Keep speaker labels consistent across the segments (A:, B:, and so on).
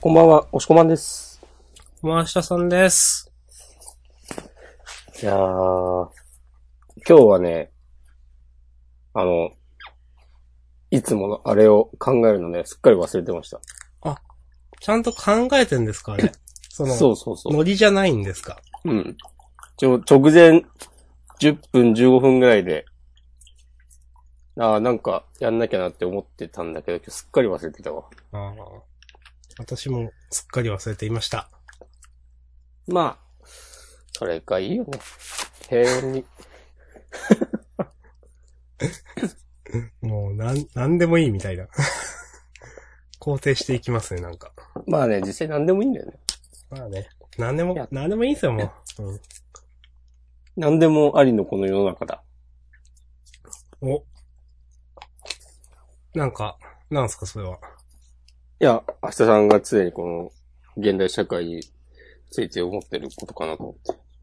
A: こんばんは、おしこまんです。
B: 山下さんです。
A: いやー、今日はね、あの、いつものあれを考えるのね、すっかり忘れてました。
B: ちゃんと考えてんですかあ れ。その、
A: そうそうそ
B: ノリじゃないんですか
A: う。うん。ちょ、直前、10分15分ぐらいで、あーなんか、やんなきゃなって思ってたんだけど、すっかり忘れてたわ。
B: ああ。私もすっかり忘れていました。
A: まあ、それがいいよね。平穏に。
B: もう、なん、なんでもいいみたいな。 肯定していきますね、なんか。
A: まあね、実際何でもいいんだよね。
B: まあね。なんで
A: いや
B: も、なんでもいいんですよ、もう。
A: 何でもありのこの世の中だ。
B: うん、お。なんか、なんすか、それは。
A: いや、明日さんが常にこの、現代社会について思ってることかなと思って。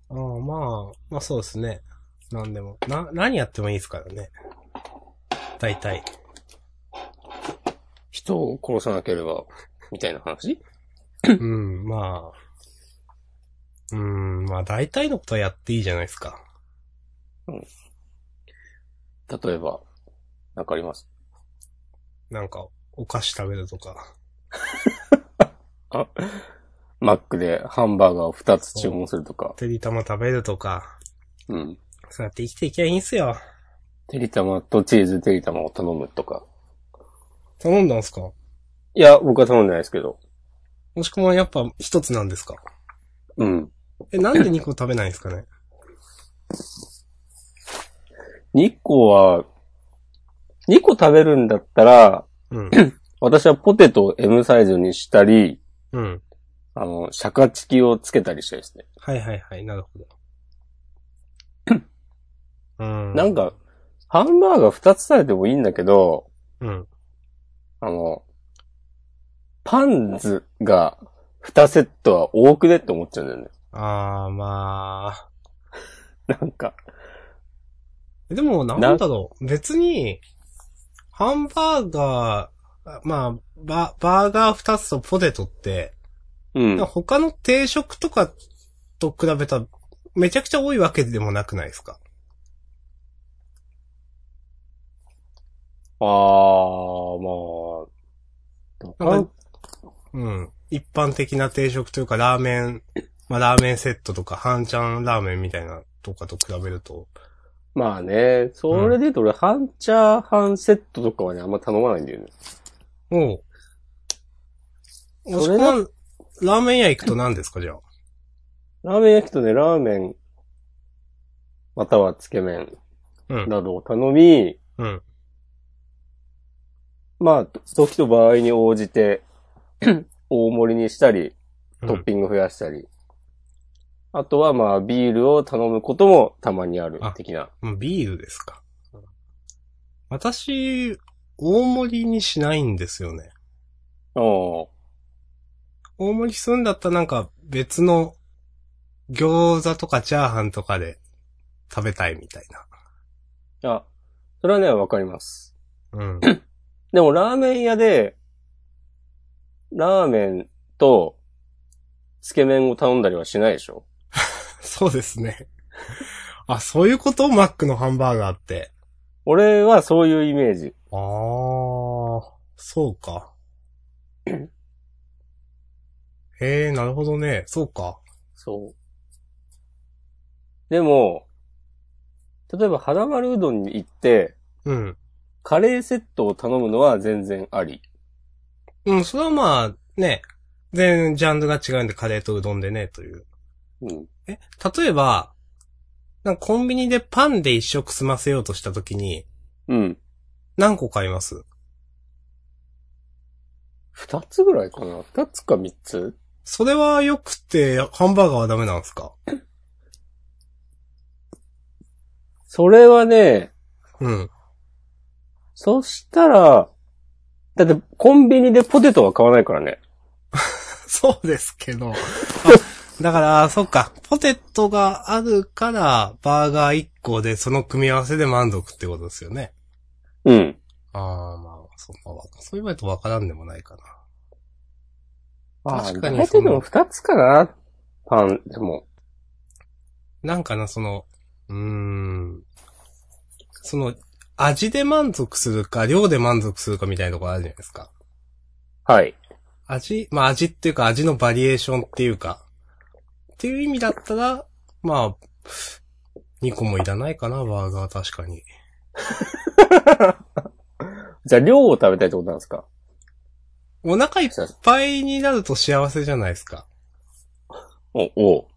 B: ああ、まあ、まあそうですね。なんでも。な、何やってもいいですからね。大体。
A: 人を殺さなければ、みたいな話
B: うん、まあ。うん、まあ大体のことはやっていいじゃないですか。
A: 例えば、なんかあります。
B: なんか、お菓子食べるとか。
A: マックでハンバーガーを2つ注文するとか。
B: てりたま食べるとか。
A: うん。
B: そうやって生きていけばいいんすよ。
A: てりたまとチーズてりたまを頼むとか。
B: 頼んだんすか
A: いや、僕は頼んでないですけど。
B: もしくはやっぱ一つなんですか
A: うん。
B: え、なんで肉を食べないんですか ね
A: 2個は、2個食べるんだったら、
B: うん。
A: 私はポテトを M サイズにしたり、
B: うん。
A: あの、シャカチキをつけたりしたいですね。
B: はいはいはい、なるほど。 うん。
A: なんか、ハンバーガー2つされてもいいんだけど、
B: うん。
A: あの、パンズが2セットは多くねって思っちゃうんだよね。
B: あー、まあ。
A: なんか、
B: でも、なんだろう。別に、ハンバーガー、まあ、ババーガー二つとポテトって、
A: うん。
B: 他の定食とかと比べたら、めちゃくちゃ多いわけでもなくないですか
A: あー、まあ、
B: な
A: パ
B: ん
A: ン
B: か、うん。一般的な定食というか、ラーメン、まあ、ラーメンセットとか、半ちゃんラーメンみたいなとかと比べると。
A: まあね、それで言うと俺、半チャーハンセットとかはね、あんま頼まないんだよね。
B: おう。も
A: そ
B: しく
A: れだ
B: は、ラーメン屋行くと何ですか、じゃあ。
A: ラーメン焼きとね、ラーメン、またはつけ麺
B: うん。
A: などを頼み、
B: うん。
A: まあ、時と場合に応じて、 大盛りにしたり、
B: うん
A: トッピング増やしたり。あとはまあ、ビールを頼むこともたまにある
B: あ、
A: 的な。
B: うんビールですか。私、大盛りにしないんですよね。
A: おー
B: 大盛りするんだったらなんか別の餃子とかチャーハンとかで食べたいみたい
A: あ、それはね、わかります。
B: な。うん。
A: でも、ラーメン屋で、ラーメンと、つけ麺を頼んだりはしないでしょ
B: そうですね。あ、そういうことマックのハンバーガーって。
A: 俺はそういうイメージ。
B: あー、そうか。へえ、なるほどね。そうか。
A: そう。でも、例えば、花丸うどんに行って、
B: うん。
A: カレーセットを頼むのは全然あり。
B: うん、それはまあ、ね、全然ジャンルが違うんで、カレーとうどんでね、という。
A: うん。
B: え、例えば、なんかコンビニでパンで一食済ませようとしたときに、
A: うん。
B: 何個買います
A: 二つぐらいかな二つか三つ
B: それは良くて、ハンバーガーはダメなんですか
A: それはね、
B: うん。
A: そしたら、だってコンビニでポテトは買わないからね。
B: そうですけど。あだから、そっか、ポテトがあるから、バーガー1個で、その組み合わせで満足ってことですよね。
A: うん。
B: ああ、まあ、そうか、そう言われるとわからんでもないかな。確か
A: ああ大体
B: に
A: で
B: その
A: も二つかなパン、でも。
B: なんかな、その、うーん。その、味で満足するか、量で満足するかみたいなところあるじゃないですか。
A: はい。
B: 味、まあ味っていうか味のバリエーションっていうか、っていう意味だったら、まあ、2個もいらないかな、バーガー確かに。
A: じゃあ量を食べたいってことなんですか
B: お腹いっぱいになると幸せじゃないですか。
A: お、お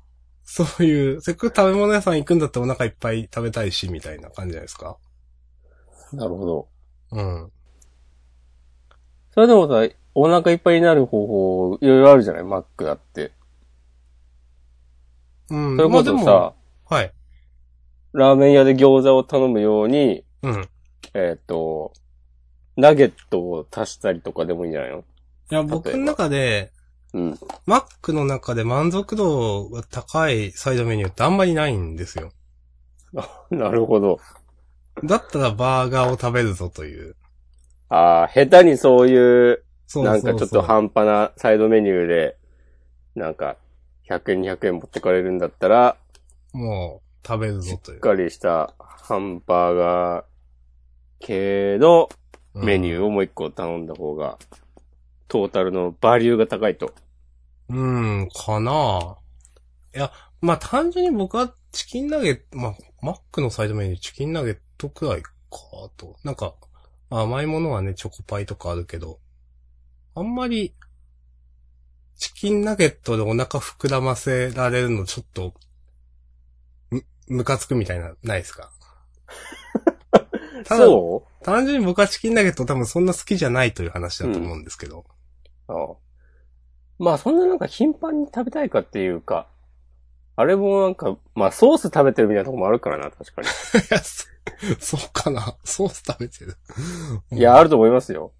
B: そういう、せっかく食べ物屋さん行くんだったらお腹いっぱい食べたいし、みたいな感じじゃないですか。
A: うなるほど。
B: うん。
A: それでもさ、お腹いっぱいになる方法、いろいろあるじゃないマックだって。
B: うん。
A: それこそ
B: まあ
A: さ、
B: でもはい。
A: ラーメン屋で餃子を頼むように、
B: うん。い
A: えっ、と、ナゲットを足したりとかでもいいんじゃないの
B: や、僕の中で、
A: うん。
B: マックの中で満足度が高いサイドメニューってあんまりないんですよ。
A: なるほど。
B: だったらバーガーを食べるぞという。
A: ああ、下手にそういう、
B: そうそ
A: な
B: うんそう
A: かちょっと半端なサイドメニューで、なんか、100円200円持ってかれるんだったら、
B: もう、食べるぞとい
A: しっ
B: う。
A: かりしたハンバーガー系のメニューをもう一個頼んだ方が、トータルのバリューが高いと。
B: うん、うん、かないや、まあ、単純に僕はチキンナゲット、まあ、マックのサイドメニューチキンナゲットくらいかと。なんか、まあ甘いものはね、チョコパイとかあるけど、あんまり、チキンナゲットでお腹膨らませられるのちょっと、む、ムカつくみたいな、ないですかただ、
A: そ
B: 単純に僕はチキンナゲット多分そんな好きじゃないという話だと思うんですけど。
A: うああまあそんななんか頻繁に食べたいかっていうか、あれもなんか、まあソース食べてるみたいなとこもあるからな、確か に。
B: いや、そ そうかな。ソース食べてる。
A: いや、あると思いますよ。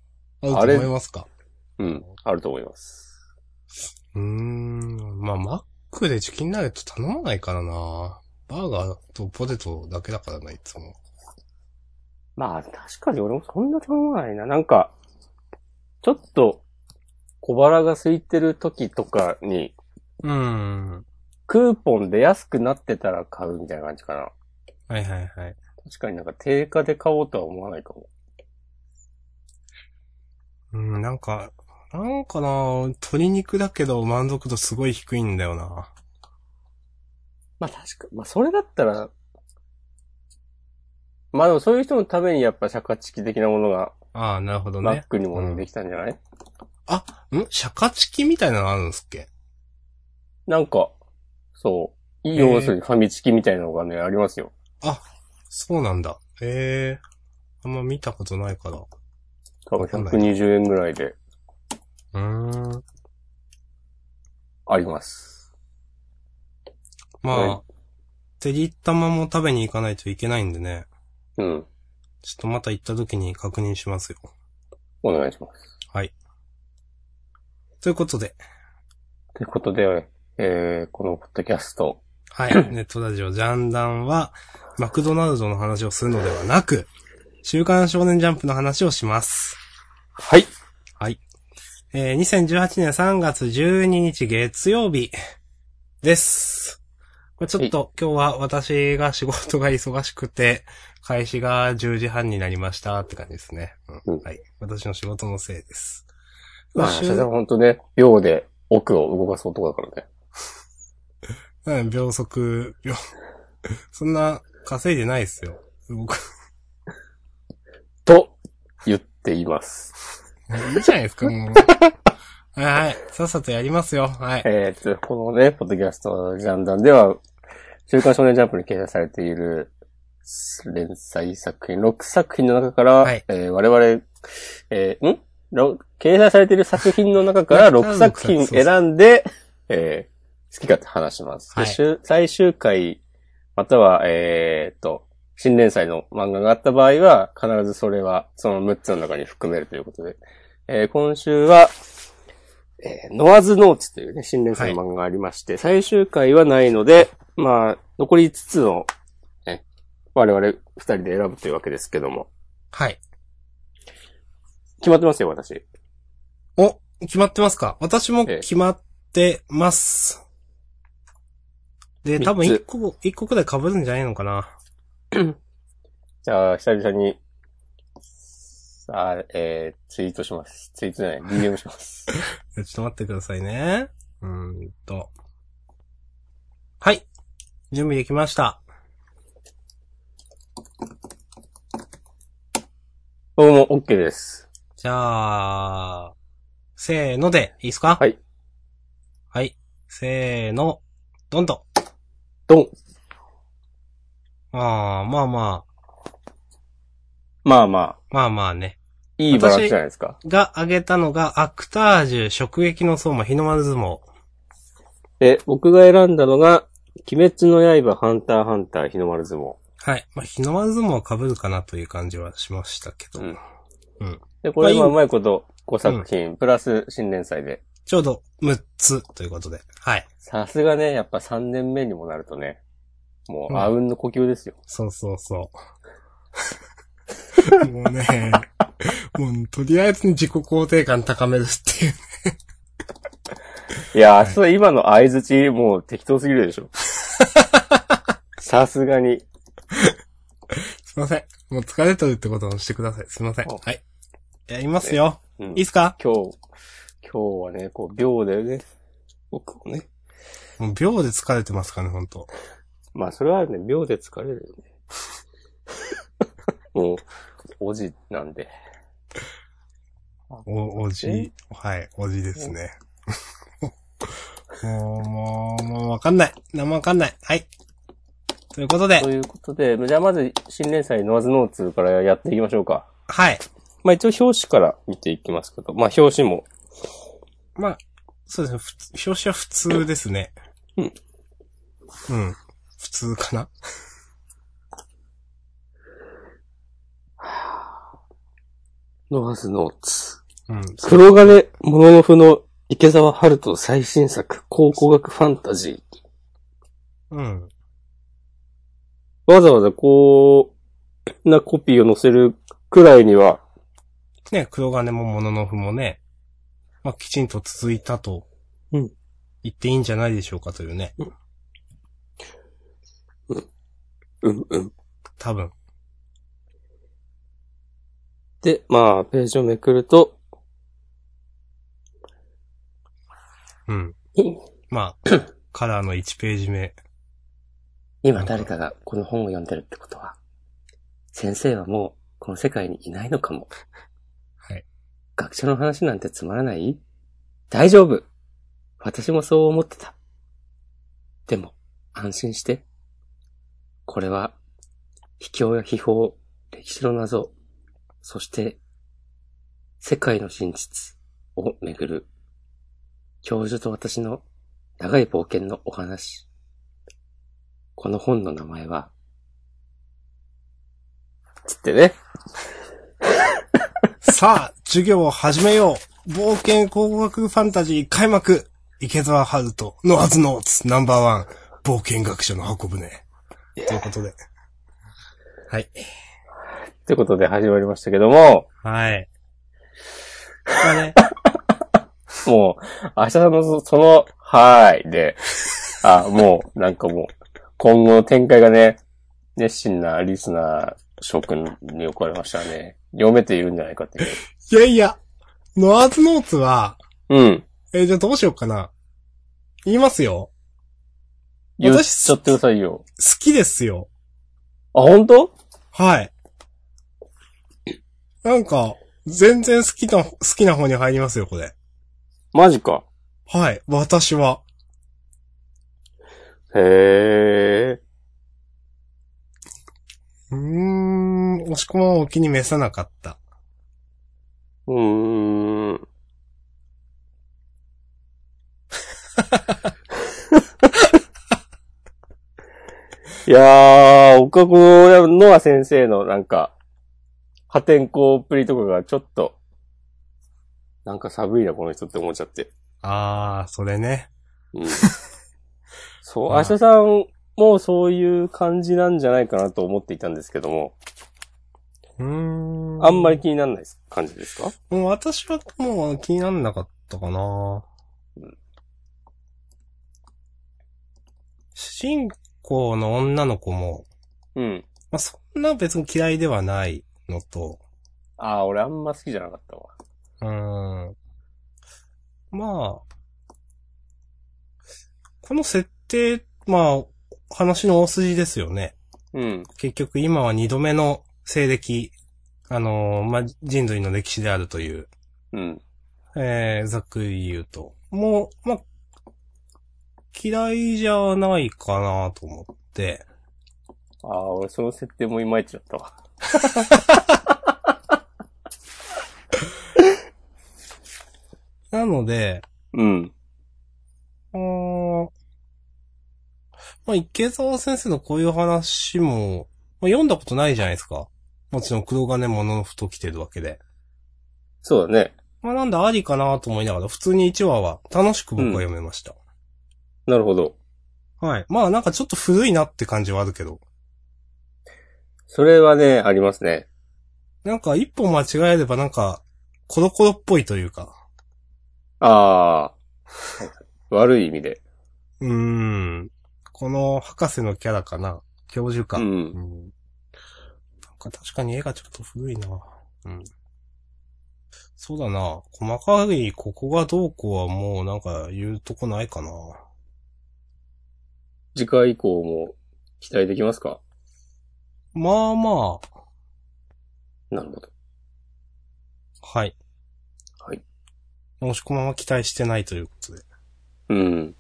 B: うん、あると思いますか。
A: うん、あると思います。
B: うーん。まあ、マックでチキンナゲット頼まないからな。バーガーとポテトだけだからな、いつも。
A: まあ、確かに俺もそんな頼まないな。なんか、ちょっと、小腹が空いてる時とかに、
B: うーん。
A: クーポンで安くなってたら買うみたいな感じかな。
B: はいはいはい。
A: 確かになんか定価で買おうとは思わないかも。
B: うん、なんか、なんかな、鶏肉だけど満足度すごい低いんだよな。
A: まあ確か、まあそれだったら、まあでもそういう人のためにやっぱシャカチキ的なものが、
B: ああ、なるほど
A: マッ
B: ね。
A: クにも
B: う
A: ね
B: ん
A: できたんじゃない、
B: んシャカチキみたいなのあるんですっけ
A: なんか、そう、要するにファミチキみたいなのがね、ありますよ。
B: そうなんだ。へえ。あんま見たことないから。
A: 多分120円ぐらいで
B: うーん。
A: あります。
B: ま
A: は
B: あ、てりたまも食べに行かないといけないんでね。
A: うん。
B: ちょっとまた行った時に確認しますよ。
A: お願いします。
B: ということで、
A: ということで、えー、このポッドキャスト、
B: はい。ネットラジオジャンダンは、マクドナルドの話をするのではなく、週刊少年ジャンプの話をします。
A: はい。
B: えー、2018年3月12日月曜日です。これちょっと今日は私が仕事が忙しくて、開始が10時半になりましたって感じですね。う
A: うん
B: ん、はい。私の仕事のせいです。
A: まあ、
B: 週
A: それは本当ね、秒で奥を動かす男だからね。
B: うん、秒速、秒、 そんな稼いでないですよ。 僕、
A: と、言っています。
B: いいじゃないですか、もう。はいはい、さっさとやりますよ。はい。
A: えー、と、このね、ポッドキャストジャンダンでは、週刊少年ジャンプに掲載されている連載作品、6作品の中から、
B: はい
A: えー我々、えーんろ掲載されている作品の中から
B: 六
A: 6作品
B: そうそう
A: 選んで、えー好き勝手話します。で
B: はい
A: 終最終回、または、えー、と、新連載の漫画があった場合は、必ずそれは、その6つの中に含めるということで、えー今週は、えーノアズノーツというね、新連載の漫画がありまして、最終回はないので、まあ、残り5つの、ね、我々2人で選ぶというわけですけども、
B: はい。
A: 決まってますよ、私。
B: お、決まってますか私も
A: ええ
B: 決まってます。で、
A: 三つ
B: 多分一個、一個くらい被るんじゃないのかな。
A: じゃあ、久々に、さあ、えー、ツイートします。ツイートじゃない、DM します。
B: ちょっと待ってくださいね。うーんと。はい。準備できました。
A: 僕も OK です。
B: じゃあ、せーので、いいですか
A: はい。
B: はい。せーの、どんどん。
A: ドン
B: あー、まあまあ、
A: まあまあ、
B: まあまあね。
A: いいバランスじゃないですか。
B: が挙げたのが、アクタージュ、食撃の相馬、日の丸相撲。
A: で、僕が選んだのが、鬼滅の刃、ハンター、ハンター、日の丸相撲。
B: はい。まあ、日の丸相撲は被るかなという感じはしましたけど。
A: うん
B: うん
A: で、これ
B: ま
A: 今
B: あいいう
A: まいこと5作品、プラス新連載で。
B: ちょうど6つということで。はい。
A: さすがね、やっぱ3年目にもなるとね、もう、
B: うん
A: あうんの呼吸ですよ。
B: そうそうそう。 もうね、もうとりあえず自己肯定感高めるっていう。
A: いや、それ今の相づち、もう適当すぎるで しょ。さすがに。
B: すいません。もう疲れとるってことをしてください。すいません。
A: お
B: はい。やりますよ。
A: うん
B: いいっすか
A: 今日、今日はね、こう、秒だよね。僕もね。
B: もう秒で疲れてますからね、本当
A: まあ、それはね、秒で疲れるよ ね。もう、おじなんで。
B: お、おじ
A: え、
B: はい、おじですね。もう、 もう、もうわかんない。何もわかんない。はい。ということで
A: と、いうことで、じゃあまず、新連載ノワズノーツからやっていきましょうか。
B: はい。
A: まあ一応表紙から見ていきますけど、まあ表紙も、
B: まあ、そうですねふつ。表紙は普通ですね。
A: うん。
B: うん。普通かな
A: ノーズノーツ。
B: うん。
A: 黒金、もののふの池沢春人最新作、考古学ファンタジ
B: うん。
A: ー。わざわざこう、なコピーを載せるくらいには、
B: ね、黒金もモノノフもね、まあ、きちんと続いたと、
A: うん
B: 言っていいんじゃないでしょうかというね。
A: うんうん。
B: 多分。
A: で、まあ、ページをめくると、
B: うん。まあ、 カラーの1ページ目。
A: 今誰かがこの本を読んでるってことは、先生はもうこの世界にいないのかも。
B: はい。
A: 学者の話なんてつまらない大丈夫私もそう思ってた。でも、安心して。これは、秘境や秘宝、歴史の謎、そして、世界の真実をめぐる、教授と私の長い冒険のお話。この本の名前は、つってね。
B: さあ、授業を始めよう冒険考古学ファンタジー開幕池澤春人のはずのツナンバーワン冒険学者の箱舟。ということで。はい。
A: ということで始まりましたけども、
B: はい。まあね、
A: もう、明日のそその、はーいで、あ、もう、なんかもう、今後の展開がね、熱心なリスナー諸君に怒られましたね。読めているんじゃないかっていう。
B: いやいや、ノアーズノーツは、
A: うん。
B: えーじゃあどうしようかな。言いますよ。
A: 言っ
B: 私
A: ちゃってくださいよ。
B: 好きですよ。
A: あ、本当
B: はい。なんか、全然好きな、好きな方に入りますよ、これ。
A: マジか。
B: はい、私は。
A: へえ。
B: うーん、押し込まんはお気に召さなかった。
A: うーん。いやー、岡子のノア先生のなんか、破天荒っぷりとかがちょっと、なんか寒いな、この人って思っちゃって。
B: あー、それね。
A: うん、 そう、
B: まあ
A: 明日さんもそういう感じなんじゃないかなと思っていたんですけども、
B: うーん
A: あんまり。気にならない感じですか
B: もう私はもう気になんなかっったかな
A: うん
B: 主人公の女の子も、
A: うん。
B: まあ、そんな別に嫌いではないのと、
A: ああ、俺あんま好きじゃなかったわ。
B: うーん。まあ、この設定、まあ、話の大筋ですよね。
A: うん。
B: 結局今は二度目の西暦、あのーまあ、人類の歴史であるという、
A: うん。
B: えー、ざっくり言うと。もう、まあ、嫌いじゃないかなと思って。
A: ああ、俺その設定もいまいちだったわ。
B: なので、
A: うん。
B: うーんまあ、池澤先生のこういう話も、まあ、読んだことないじゃないですか。もちろん黒金物のふと来てるわけで。
A: そうだね。
B: まあ、なんだありかなと思いながら、普通に1話は楽しく僕は読めました。
A: なるほど。
B: はい。まあ、なんかちょっと古いなって感じはあるけど。
A: それはね、ありますね。
B: なんか一歩間違えればなんか、コロコロっぽいというか。
A: ああ。悪い意味で。
B: うーん。この博士のキャラかな教授か。
A: う
B: うん
A: ん。
B: なんか確かに絵がちょっと古いな。うん。そうだな。細かいここがどうこうはもうなんか言うとこないかな。
A: 次回以降も期待できますか
B: まあまあ。
A: なるほど。
B: はい。
A: はい。
B: もしこまま期待してないということで。
A: うん。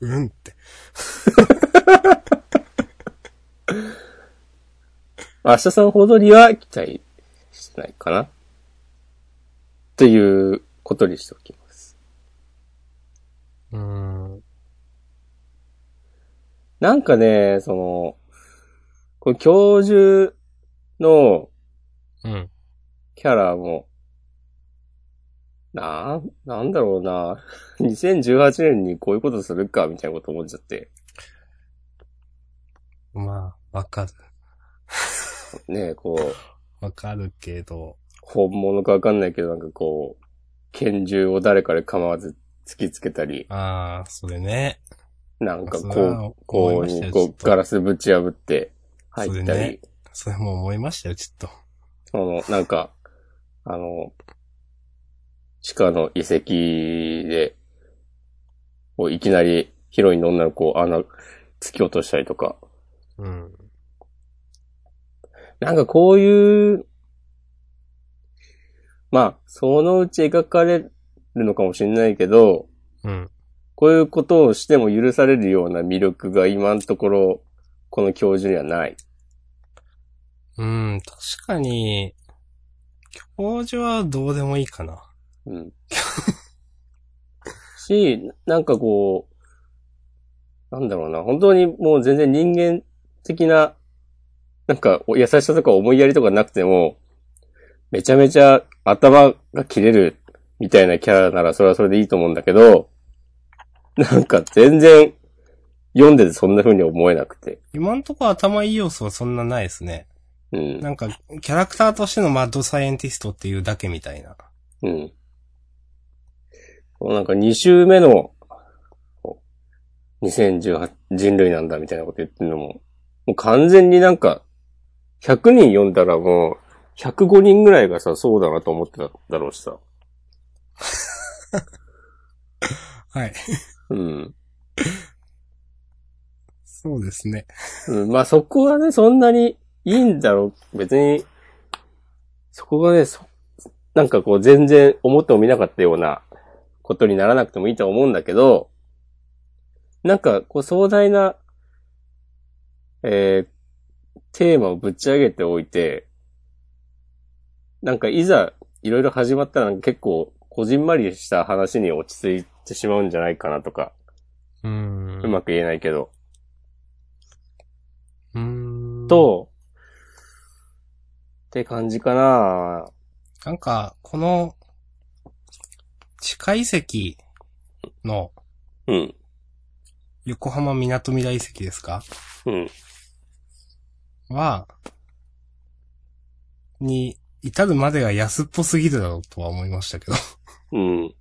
B: うんって。
A: 明日さんほどには期待してないかなっていうことにしておきます。
B: うーん。
A: なんかね、その、この教授の
B: うん。
A: キャラも、なん、なんだろうな。2018年にこういうことするか、みたいなこと思っちゃって。
B: まあ、わかる。
A: ね、こう、
B: わかるけど。
A: 本物かわかんないけど、なんかこう、拳銃を誰かで構わず突きつけたり、
B: ああ、それね。
A: なんか
B: それは
A: こう、
B: 思い
A: こう
B: まし
A: に
B: たよ
A: こ
B: ちょっ
A: う
B: と
A: ガラスぶち破って入っ
B: そ
A: た
B: れ
A: り
B: ね、それも思いましたよ、ちょっ
A: その、なんか、あの、地下の遺跡で、こういきなりヒロインの女の子を穴、突き落としたりとか、
B: と。うん。
A: なんかこういう、まあ、そのうち描かれるのかもしれないけど、
B: うん。
A: こういうことをしても許されるような魅力が今のところ、この教授にはない。
B: うん、確かに、教授はどうでもいいかな。
A: うん。 し、なんかこう、なんだろうな、本当にもう全然人間的な、なんかお優しさとか思いやりとかなくても、めちゃめちゃ頭が切れるみたいなキャラならそれはそれでいいと思うんだけど、なんか全然読んでてそんな風に思えなくて。
B: 今んとこ頭いい要素はそんなないですね。
A: うん。
B: なんか、キャラクターとしてのマッドサイエンティストっていうだけみたいな。
A: うん。こうなんか2週目の、こう2018人類なんだみたいなこと言ってるのも、もう完全になんか、100人読んだらもう、105人ぐらいがさ、そうだなと思ってただろうしさ。
B: はい。
A: うん。
B: そうですね。
A: うん、まあそこはね、そんなにいいんだろう。別に、そこがね、そなんかこう全然思ってもみなかったようなことにならなくてもいいとは思うんだけど、なんかこう壮大な、えー、テーマをぶち上げておいて、なんかいざいろいろ始まったらなんか結構こじんまりした話に落ち着いてしまうんじゃないかなとか、
B: うーん。
A: うまく言えないけど、
B: うーん。、
A: と、って感じかな
B: なんか、この、地下遺跡の
A: うん。
B: 横浜港未来遺跡ですか
A: うん。
B: は、 に、至るまでが安っぽすぎるだろうとは思いましたけど。
A: うん。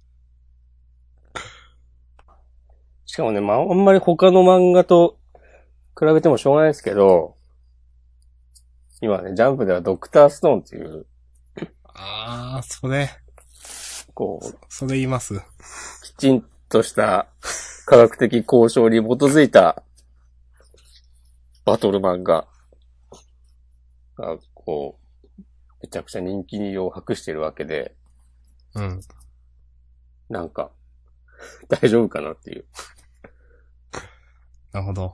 A: しかもね、まあ、あんまり他の漫画と比べてもしょうがないですけど、今ね、ジャンプではドクターストーンっていう、
B: ああ、それ、
A: こう、
B: それ言います。
A: きちんとした科学的交渉に基づいたバトル漫画が、こう、めちゃくちゃ人気を博してるわけで、
B: うん。
A: なんか、 大丈夫かなっていう。
B: なるほど。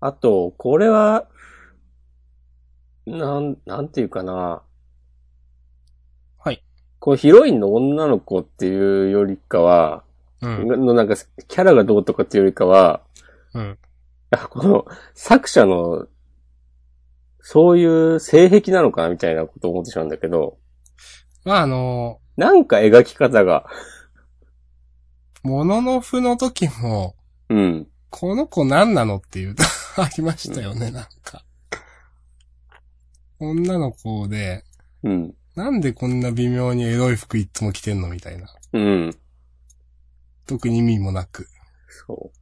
A: あと、これは、なん、なんていうかな。
B: はい。
A: こう、ヒロインの女の子っていうよりかは、
B: うん。
A: のなんか、キャラがどうとかっていうよりかは、
B: うん。
A: あこの作者の、そういう性癖なのかなみたいなことを思ってしまうんだけど、
B: まあ、あの
A: なんか描き方が、
B: ー、もののふの時も、
A: うん。
B: この子何なのっていう、 ありましたよね、なんか。女の子で、
A: うん。
B: なんでこんな微妙にエロい服いつも着てんのみたいな。
A: うん。
B: 特に意味もなく。
A: そう。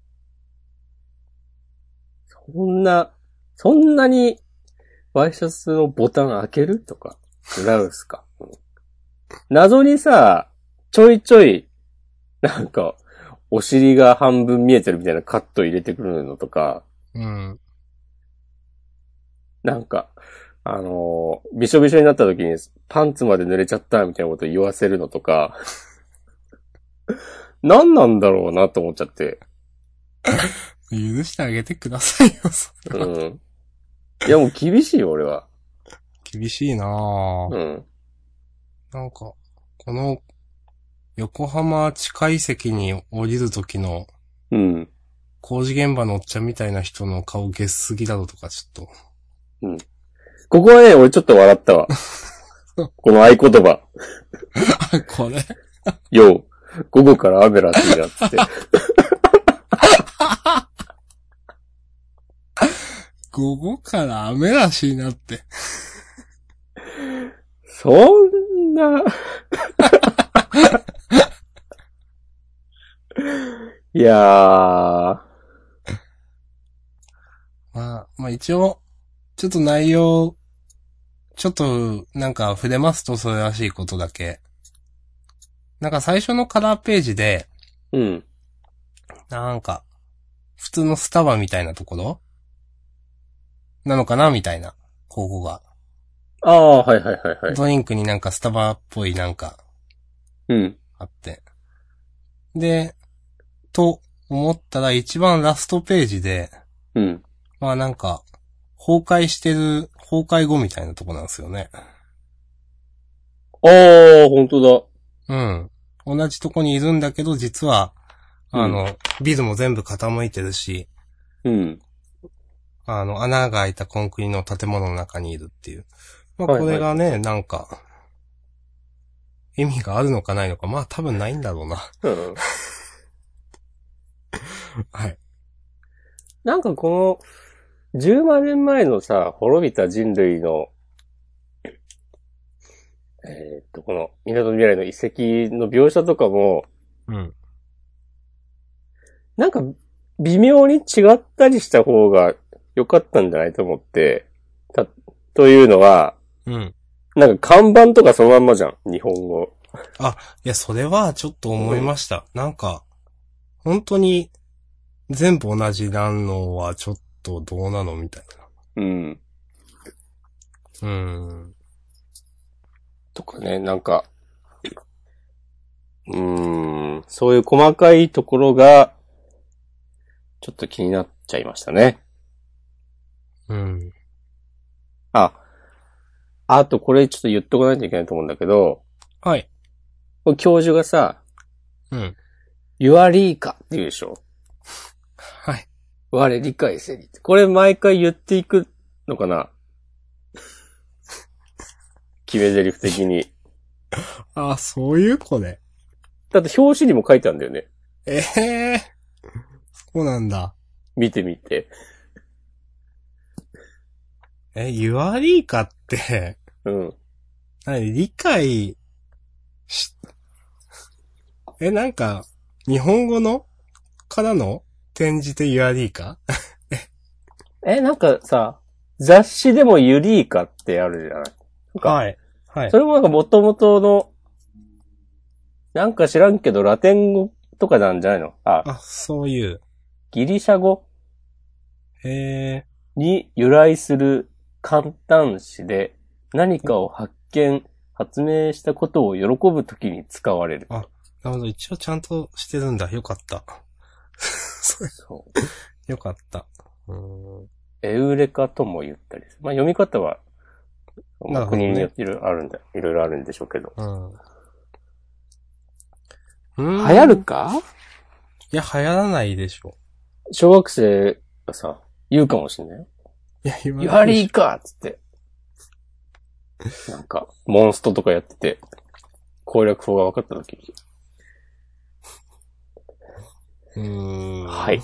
A: そんな、そんなに、ワイシャツのボタン開けるとか、ラウスか。謎にさ、ちょいちょい、なんか、お尻が半分見えてるみたいなカット入れてくるのとか、
B: うん。
A: なんか、あのーびしょびしょになった時に、パンツまで濡れちゃったみたいなこと言わせるのとか、何なんだろうなと思っちゃって。
B: 許してあげてくださいよ、それ
A: う
B: は。
A: ん。いや、もう厳しいよ、俺は。
B: 厳しいなぁ。
A: うん。
B: なんか、この、横浜地下遺跡に降りる時の
A: うん。
B: 工事現場のおっちゃんみたいな人の顔ゲスすぎだろとか、ちょっと。
A: ここはね、俺ちょっと笑 ったわ。この合言葉。
B: あ、 これ
A: よう、午後から雨らしいなっつ って。
B: 午後から雨らしいなって。
A: そん な。いやー。
B: まあ、まあ一応、ちょっと内容、ちょっと、なんか触れますとそれらしいことだけ。なんか最初のカラーページで、
A: うん。
B: なんか、普通のスタバみたいなところなのかなみたいな、ここが。
A: ああ、はいはいはいはい。
B: ドリンクになんかスタバっぽいなんか
A: うん。
B: あって。で、と思ったら一番ラストページで、
A: うん。
B: まあなんか、崩壊してる、崩壊後みたいなとこなんですよね。
A: ああ、本当
B: うん。同じとこにいるんだけど、実は、あの、ビルも全部傾いてるし、
A: だ。うん。
B: あの、穴が開いたコンクリの建物の中にいるっていう。まあ、
A: はい
B: こ
A: はい
B: れがね、なんか、意味があるのかないのか、まあ多分ないんだろうな。
A: うん。
B: はい。
A: なんかこの、10万年前のさ、滅びた人類の、えーっと、この、港未来の遺跡の描写とかも、
B: うん。
A: なんか、微妙に違ったりした方が良かったんじゃないと思って、た、というのは、
B: うん。
A: なんか看板とかそのまんまじゃん、日本語。
B: いや、それはちょっと思いました。なんか、本当に、全部同じなのはちょっとどうなのみたい
A: うん。
B: な。うん。
A: とかね、なんか、うーん、そういう細かいところが、ちょっと気になっちゃいましたね。
B: うん。
A: あ、あとこれちょっと言っとかないといけないと思うんだけど、
B: はい。
A: これ教授がさ、
B: うん。
A: Your リーカって言うでしょ
B: はい。
A: 我理解せりって。これ毎回言っていくのか な決め台詞的に。
B: あ、そういうこれ。
A: だって表紙にも書いてあるんだよね。
B: ええそうなんだ。
A: 見てみて。
B: え、ユアリーカって、
A: うん。
B: 何、理解し、え、なんか、日本語のからの転じてユアリーカ
A: え、なんかさ、雑誌でもユリーカってあるじゃないなんか
B: い。はい
A: そ。れもなんか元々の、なんか知らんけど、ラテン語とかなんじゃないのあ、
B: あ、そういう。
A: ギリシャ語
B: へえ。
A: に由来する簡単詞で、何かを発見、発明したことを喜ぶときに使われる。
B: なるほど。一応ちゃんとしてるんだ。よかった。そ
A: そう
B: よかった。うーん。
A: エウレカとも言ったりする。まあ読み方は、
B: なるほどね
A: 国によっていろいろあるんだ、いろいろあるんでしょうけど。
B: うん。
A: 流
B: 流
A: 行るか
B: いや、流行らないでしょ。
A: 小学生がさ、言うかもしんないよ。
B: いや、言わ
A: ユア
B: ないで
A: リ
B: し
A: ーかっつって。なんか、モンストとかやってて、攻略法が分かったときに、
B: ょ。うーん。
A: はい。。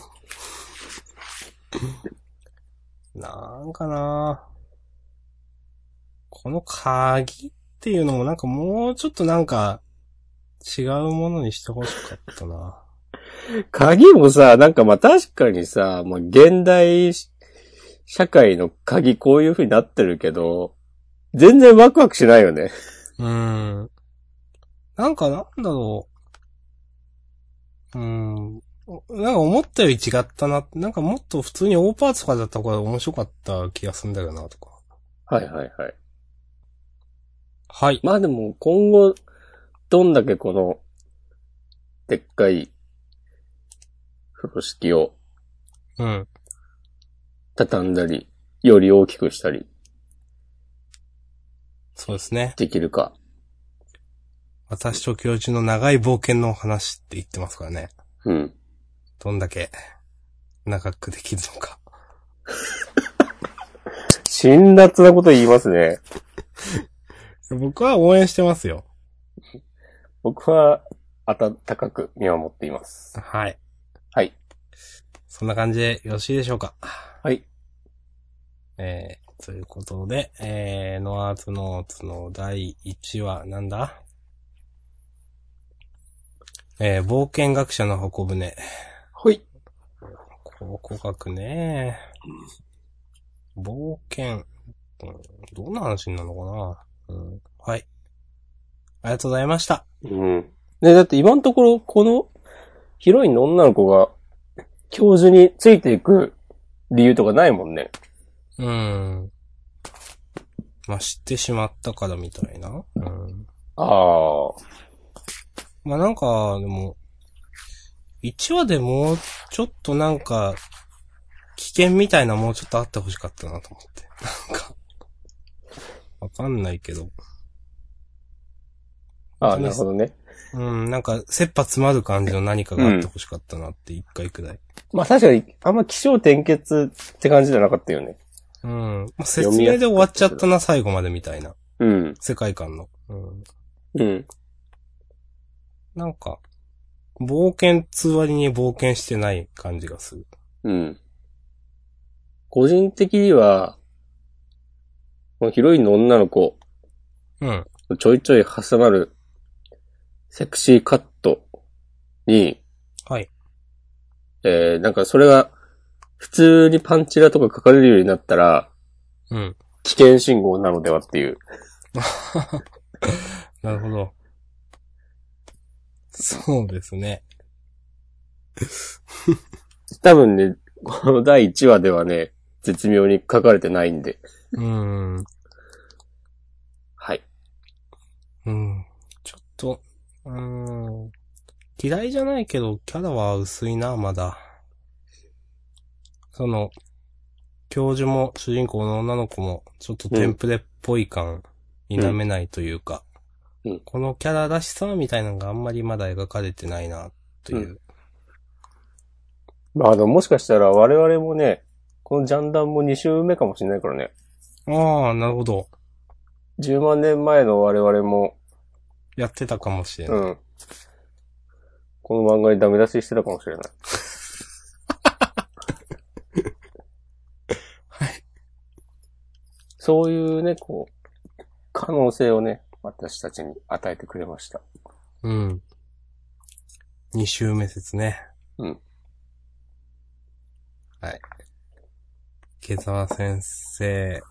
B: なんかなこの鍵っていうのもなんかもうちょっとなんか違うものにしてほしかったな。
A: 鍵もさ、なんかまあ確かにさ、まあ現代社会の鍵こういう風になってるけど、全然ワクワクしないよね。
B: うーん。なんかなんだろう。うーん。なんか思ったより違ったな。なんかもっと普通にオーパーツとかだったらこれ面白かった気がするんだけどなとか。
A: はいはいはい。
B: はい。
A: まあでも今後、どんだけこの、でっかい、風呂敷を
B: うん。
A: 畳んだり、より大きくしたり
B: そうですね。
A: できるか。
B: 私と教授の長い冒険の話って言ってますからね。
A: うん。
B: どんだけ長くできるのか。
A: 辛辣なこと言いますね。
B: 僕は応援してますよ。
A: 僕は、温かく見守っています。
B: はい。
A: はい。
B: そんな感じでよろしいでしょうか。
A: はい。
B: えー、ということで、えー、ノアーツノーツの第1話、なんだえー、冒険学者の箱舟。
A: はい。
B: 考古学ね。冒険。うんどんな話になるのかな、うん、はい。ありがとうございました。
A: うん。ね、だって今のところ、このヒロインの女の子が、教授についていく理由とかないもんね。
B: うん。まあ、知ってしまったからみたいな。うん。
A: ああ。は
B: まあ、なんか、でも、1話でもうちょっとなんか、危険みたいなもうちょっとあってほしかったなと思って。なんか、わかんないけど。
A: ああ、なるほどね。
B: うん、なんか、切羽詰まる感じの何かがあってほしかったなって、一回くらい。
A: まあ確かに、あんま気象転結って感じじゃなかったよね。
B: うん。まあ、説明で終わっちゃったな、最後までみたいな。
A: うん。
B: 世界観の。うん。
A: うん。
B: なんか、冒険通割に冒険してない感じがする。
A: うん。個人的には、このヒロインの女の子、
B: うん。
A: ちょいちょい挟まる、セクシーカットに、
B: はい。
A: えー、なんかそれが、普通にパンチラとか書かれるようになったら、
B: うん。
A: 危険信号なのではっていう。
B: なるほど。そうですね。
A: 多分ね、この第1話ではね、絶妙に書かれてないんで。
B: うん。
A: はい。
B: うん。ちょっと、うん。嫌いじゃないけど、キャラは薄いな、まだ。その、教授も主人公の女の子も、ちょっとテンプレっぽい感、否めないという
A: う
B: か、
A: ん
B: このキャラらしさみたいなのがあんまりまだ描かれてないな、という。
A: まあでももしかしたら我々もね、このジャンダンも2週目かもしれないからね。
B: ああ、なるほど。
A: 10万年前の我々も、
B: やってたかもしれない。
A: うん。この漫画にダメ出ししてたかもしれない。
B: はい。
A: そういうね、こう、可能性をね、私たちに与えてくれました。
B: うん。二週目説ね。
A: うん。
B: はい。池沢先生、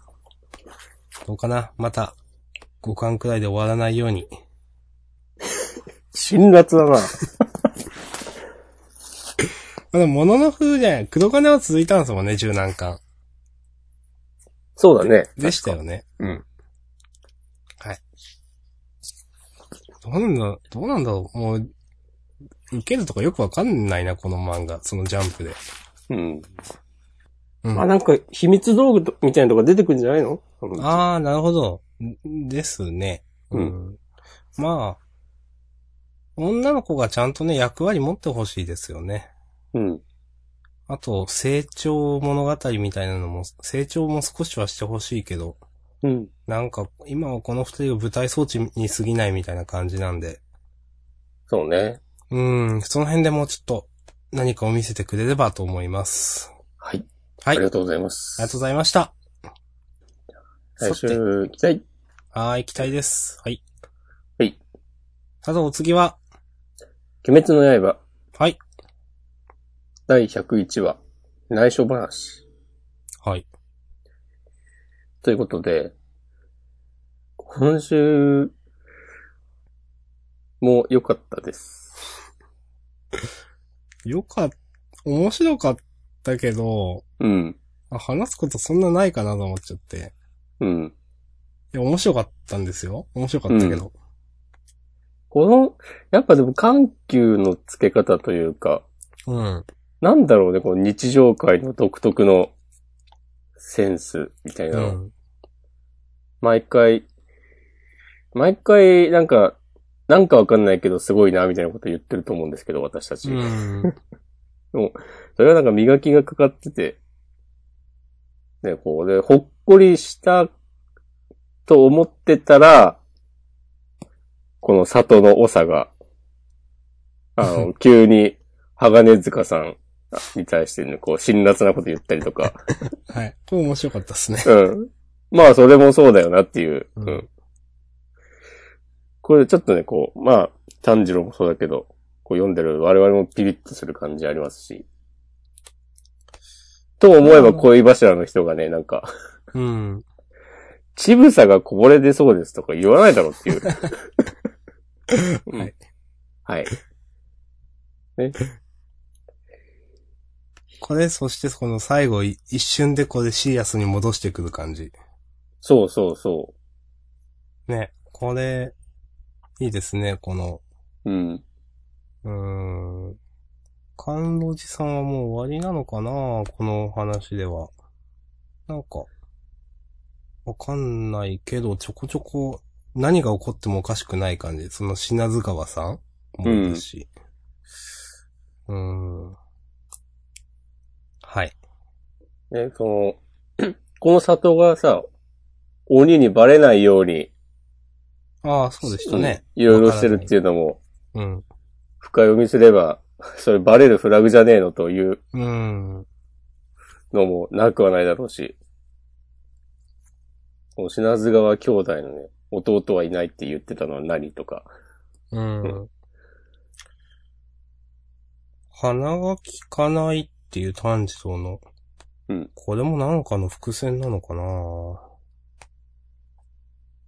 B: どうかなまた、5巻くらいで終わらないように。
A: 辛辣だな。
B: あの、ものの風じゃない、黒金は続いたんですもんね、十何巻。
A: そうだね。
B: でしたよね。
A: うん。
B: どうなんだ、どうなんだろう。もう、受けるとかよくわかんないな、この漫画。そのジャンプで。
A: うん。
B: うん、
A: まあなんか、秘密道具とみたいなとこ出てくるんじゃないのあ。
B: ああ、なるほど。んですね。
A: うん
B: まあ、女の子がちゃんとね、役割持ってほしいですよね。
A: うん。
B: あと、成長物語みたいなのも、成長も少しはしてほしいけど、
A: うん。
B: なんか、今はこの二人が舞台装置に過ぎないみたいな感じなんで、
A: そうね。
B: うん、その辺でもうちょっと何かを見せてくれればと思います。
A: はい。
B: は
A: あ
B: い。
A: り
B: あり
A: がとうございます。
B: がとうございました。
A: 最
B: さて
A: 終、期待。
B: はーい、期待です。はい。
A: はい。
B: さて、お次は、
A: 鬼滅の刃、
B: はい。
A: 第101話、内緒話。
B: はい。
A: ということで、今週、も良かったです。
B: よかっ、面白かったけど、
A: うん。
B: あ話すことそんなないかなと思っちゃって。
A: うん。
B: いや、面白かったんですよ。面白かったけど。
A: この、やっぱでも緩急の付け方というか、
B: うん。
A: なんだろうね、この日常界の独特のセンスみたいうなの。
B: ん。
A: 毎回、毎回、なんか、なんかわかんないけど、すごいな、みたいなこと言ってると思うんですけど、私たち。
B: うん。
A: それはなんか磨きがかかってて、ね、こう、で、ほっこりした、と思ってたら、この里の長が、あの、急に、鋼塚さんに対してね、こう、辛辣なこと言ったりとか、
B: はい。これ面白かったですね。
A: うん。まあ、それもそうだよなっていう。
B: う
A: うんん。これちょっとね、こう、まあ、炭治郎もそうだけど、こう読んでる我々もピリッとする感じありますし。と思えば恋柱の人がね、なんか、
B: うん。
A: ちぶさがこぼれ出そうですとか言わないだろうっていう。うん
B: はい。
A: はい。
B: これ、そしてこの最後、い一瞬でこれシリアスに戻してくる感じ。
A: そうそうそ
B: ね。これ、いいですね。この、
A: う。うん。
B: うーん。甘露寺さんはもう終わりなのかなこの話では。なんか、わかんないけど、ちょこちょこ何が起こってもおかしくない感じ。その品津川さんもいるし。うーん。はい。
A: ね、その、 この里がさ、鬼にバレないように、
B: ああ、そうでしたね。
A: うんいろいろしてるっていうのも、
B: うん。
A: 深読みすれば、 それバレるフラグじゃねえのという
B: うん。
A: のもなくはないだろうし。この品津川兄弟のね、弟はいないって言ってたのは何とか。
B: うん。鼻が効かないっていう炭治郎の。
A: うん
B: これもなんかの伏線なのかな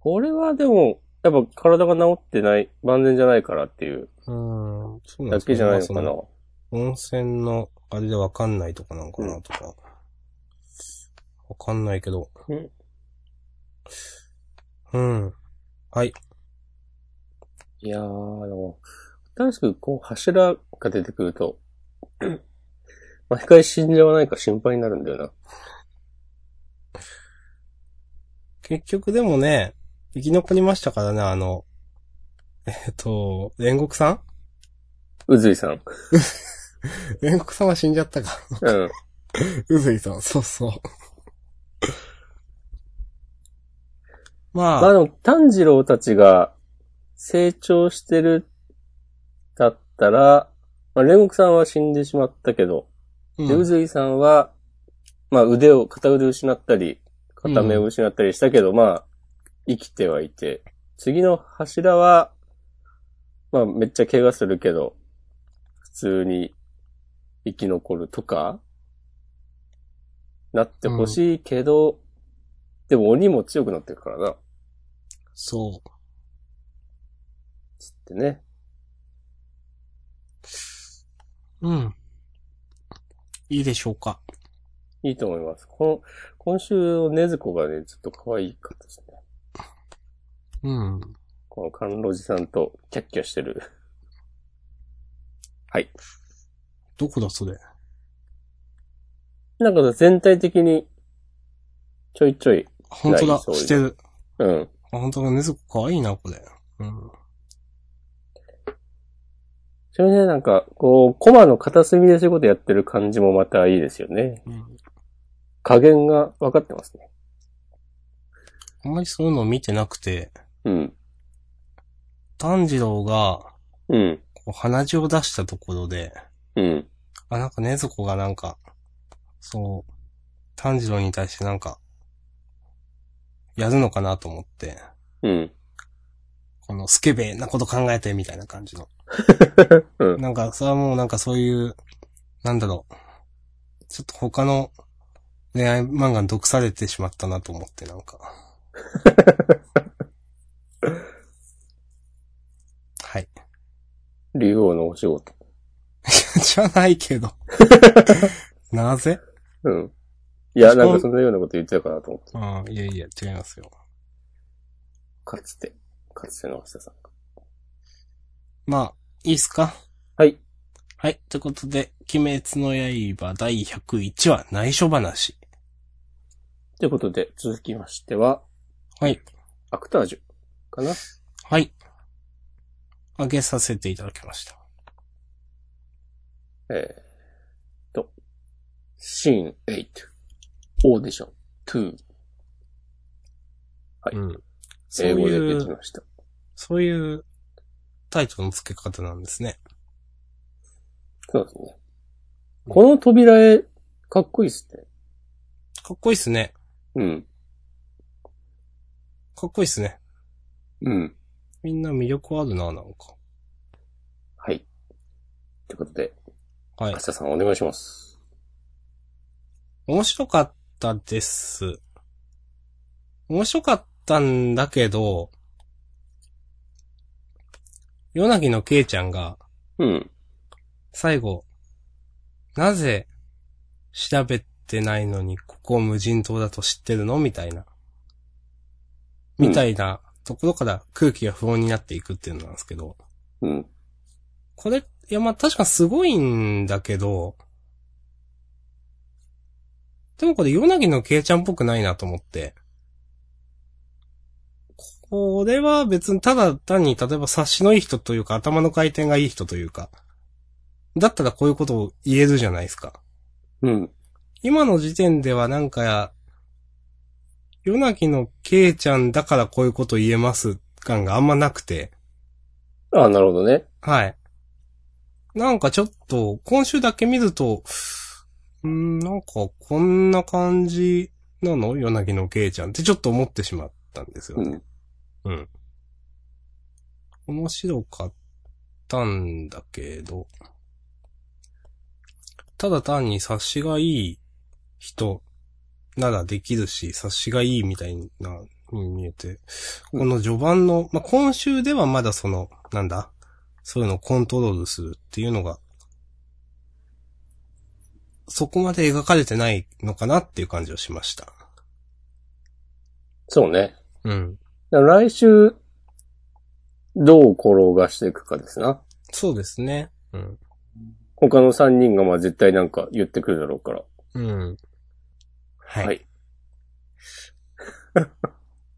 A: これはでも、やっぱ体が治ってない、万全じゃないからっていう
B: うん。そうな
A: だ
B: ん
A: けじゃないのか
B: まあ
A: な。
B: その温泉の、あれでわかんないとかなんかなとか。わ、かんないけど。
A: うん。
B: うん。はい。
A: いやー、でも、新しくこう柱が出てくると、 毎回死んじゃわないか心配になるんだよな。
B: 結局でもね、生き残りましたからね、あの、えっと、煉獄さん
A: うずいさん。
B: 煉獄さんは死んじゃったか。
A: うん。
B: うずいさん、そうそう。まあ、
A: まあでも、炭治郎たちが成長してる、だったら、まあ、煉獄さんは死んでしまったけど、
B: う、
A: で、うんずいさんは、まあ腕を、片腕を失ったり、片目を失ったりしたけど、まあ、生きてはいて、次の柱は、まあめっちゃ怪我するけど、普通に生き残るとか、なってほしいけど、でも鬼も強くなってるからな、
B: そ
A: つってね。
B: う。うん。いいでしょうか。
A: いいと思います。この、今週のねずこがね、ちょっと可愛かったですね。
B: うん。
A: この甘露寺さんとキャッキャしてる。
B: どこだ、それ。
A: なんか全体的に、ちょいちょい、
B: 本当
A: ラインそう
B: だ、
A: いう
B: してる。
A: うん。
B: あ本当だ、ねずこかわいいな、これ。うん。
A: それね、なんか、こう、コマの片隅でそういうことやってる感じもまたいいですよね。
B: うん。
A: 加減が分かってますね。
B: あんまりそういうのを見てなくて、
A: うん。
B: 炭治郎が、
A: うん。
B: こう鼻血を出したところで、
A: うん。
B: あ、なんかねずこがなんか、そう、炭治郎に対してなんか、やるのかなと思って、
A: うん。
B: このスケベなこと考えてみたいな感じの。
A: うん。
B: なんか、それはもうなんかそういう、なんだろう。ちょっと他の恋愛漫画に毒されてしまったなと思って、な んか。はい。
A: 竜王のお仕事。
B: じゃない けど。なぜ
A: うん。いや、なんかそんなようなこと言ってたかなと思って。
B: うん、いやいや、違いますよ。
A: かつて。かつての橋田さんが。
B: まあ、いいっすか
A: はい。
B: はい。ということで、鬼滅の刃第101話、内緒話。
A: ということで、続きましては、
B: はい。
A: アクタージュかな
B: はい。あげさせていただきました。
A: えー、っと、シーン8、オーディション2、はい
B: うん。そう
A: 英語で
B: い
A: でき
B: う、
A: ました。
B: そういうタイトルの付け方なんですね。
A: そうですね。この扉絵、かっこいいっすね。
B: かっこいいっすね。
A: うん。
B: かっこいいっすね。
A: うん。
B: みんな魅力あるな、なんか。
A: はい。ということで、
B: はい
A: 明。日さんお願いします。
B: 面白かったです。面白かったんだけど、ヨナギのケイちゃんが、
A: うん。
B: 最後、なぜ、調べてないのに、ここを無人島だと知ってるのみたいな。みたいなところから空気が不穏になっていくっていうのなんですけど。
A: うん。
B: これ、いや、まあ、確かすごいんだけど、でもこれ、ヨナギのケイちゃんっぽくないなと思って。これは別に、ただ単に、例えば察しのいい人というか、頭の回転がいい人というか、だったらこういうことを言えるじゃないですか。
A: うん。
B: 今の時点ではなんか、ヨナギのケイちゃんだからこういうこと言えます感があんまなくて。
A: ああ、なるほどね。
B: はい。なんかちょっと、今週だけ見ると、んーなんかこんな感じなの柳のけいちゃんってちょっと思ってしまったんですよ
A: う
B: ね。
A: ん。
B: 面白かったんだけど、ただ単に察しがいい人ならできるし、察しがいいみたいな、に見えて、この序盤の、まあ、今週ではまだその、なんだ、そういうのをコントロールするっていうのが、そこまで描かれてないのかなっていう感じをしました。
A: そうね。
B: うん。
A: だから来週、どう転がしていくかですな。
B: そうですね。うん。
A: 他の3人がまあ絶対なんか言ってくるだろうから。
B: うん。はい
A: はい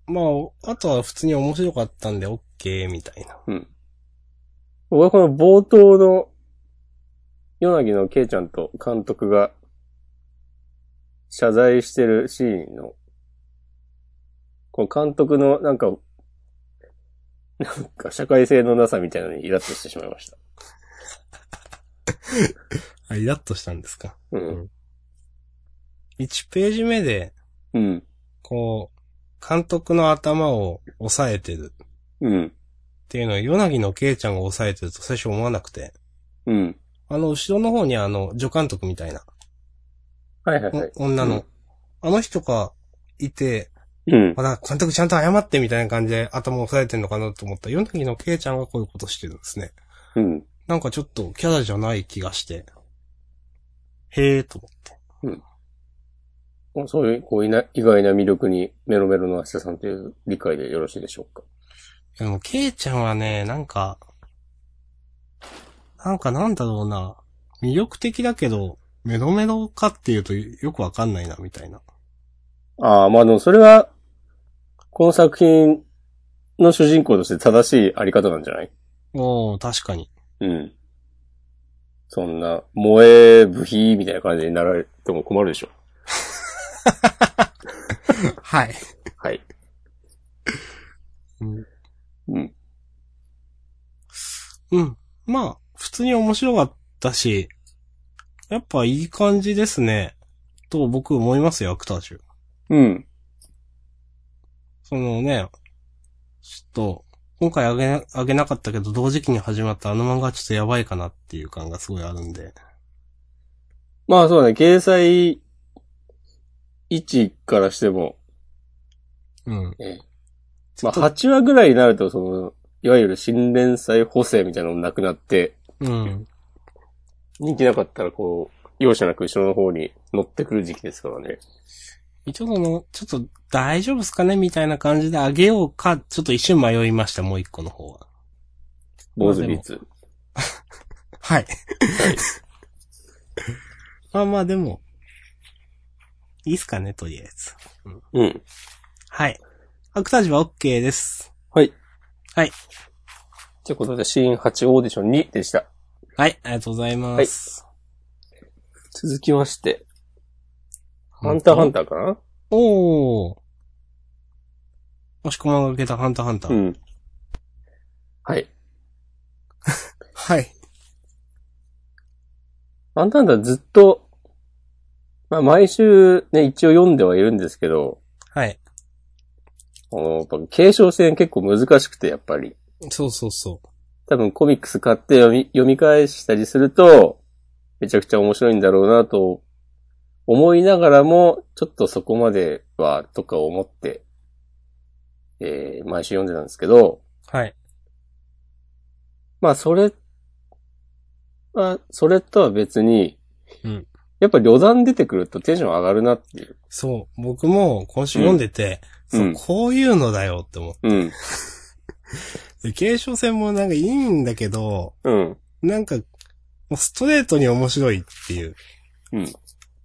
B: まあ、おあとは普通に面白かったんで OK みたいな。
A: うん。僕はこの冒頭の、ヨナギのケイちゃんと監督が、謝罪してるシーンの、この監督のなんか、なんか社会性のなさみたいなのにイラッとしてしまいました。
B: あ、イラッとしたんですか。
A: うん。
B: 1ページ目で、
A: うん。
B: こう、監督の頭を押さえてるっ
A: うん。
B: ていうのを、ヨナギのケイちゃんが押さえてると最初思わなくて。
A: うん。
B: あの、後ろの方にあの、助監督みたいな、
A: はいはい
B: お
A: はい。
B: 女のあの人がいて、
A: うん。
B: まあ、なんか監督ちゃんと謝ってみたいな感じで頭を押さえてんのかなと思ったら、ヨネギのケイちゃんがこういうことしてるんですね。
A: うん。
B: なんかちょっとキャラじゃない気がして。へえーと思って。
A: そういう、こういな、意外な魅力にメロメロの明日さんという理解でよろしいでしょうか。
B: でも、ケイちゃんはね、なんか、なんかなんだろうな。魅力的だけど、メロメロかっていうとよくわかんないな、みたいな。
A: ああ、まあでもそれは、この作品の主人公として正しいあり方なんじゃない
B: おー、確かに。
A: うん。そんな、萌え、部費みたいな感じになられても困るでしょ。
B: はい。
A: はい。
B: うん。
A: うん。
B: うん。まあ、普通に面白かったし、やっぱいい感じですね。と僕思いますよ、アクターシュ。
A: うん。
B: そのね、ちょっと、今回あげな、あげなかったけど、同時期に始まったあの漫画はちょっとやばいかなっていう感がすごいあるんで。
A: まあそうだね、掲載1からしても、
B: うん。
A: ええまあ8話ぐらいになると、その、いわゆる新連載補正みたいなのもなくなって、
B: うん。
A: 人気なかったらこう、容赦なく後ろの方に乗ってくる時期ですからね。
B: 一応その、ちょっと大丈夫ですかねみたいな感じであげようか、ちょっと一瞬迷いました、もう一個の方は。
A: 坊主ビーツ。
B: はい。 まあまあでも、いいっすかね、とりあえず。
A: うん。
B: はい。アクタージュは OK です。
A: はい。
B: はい。
A: ということで、シーン8オーディション2でした。
B: はい、ありがとうございます。
A: 続きまして、ハンターハンターかな
B: おー。もしこまがけたハンターハンター。
A: うん。はい。
B: はい。
A: ハンターハンターずっと、まあ毎週ね、一応読んではいるんですけど、
B: はい。
A: この、やっぱ継承戦結構難しくて、やっぱり。
B: そうそうそ
A: 多分コミックス買って読み、読み返したりすると、めちゃくちゃ面白いんだろうなと思いながらも、ちょっとそこまでは、とか思って、えー、毎週読んでたんですけど、
B: う。はい。
A: まあそれ、まあそれとは別に、
B: うん
A: やっぱ旅団出てくるとテンション上がるなっていう。
B: そう。僕も今週読んでて、
A: うんうん
B: そう、こういうのだよって思って
A: うん。
B: で継承戦もなんかいいんだけど、
A: うん。
B: なんか、もうストレートに面白いっていう。
A: うん。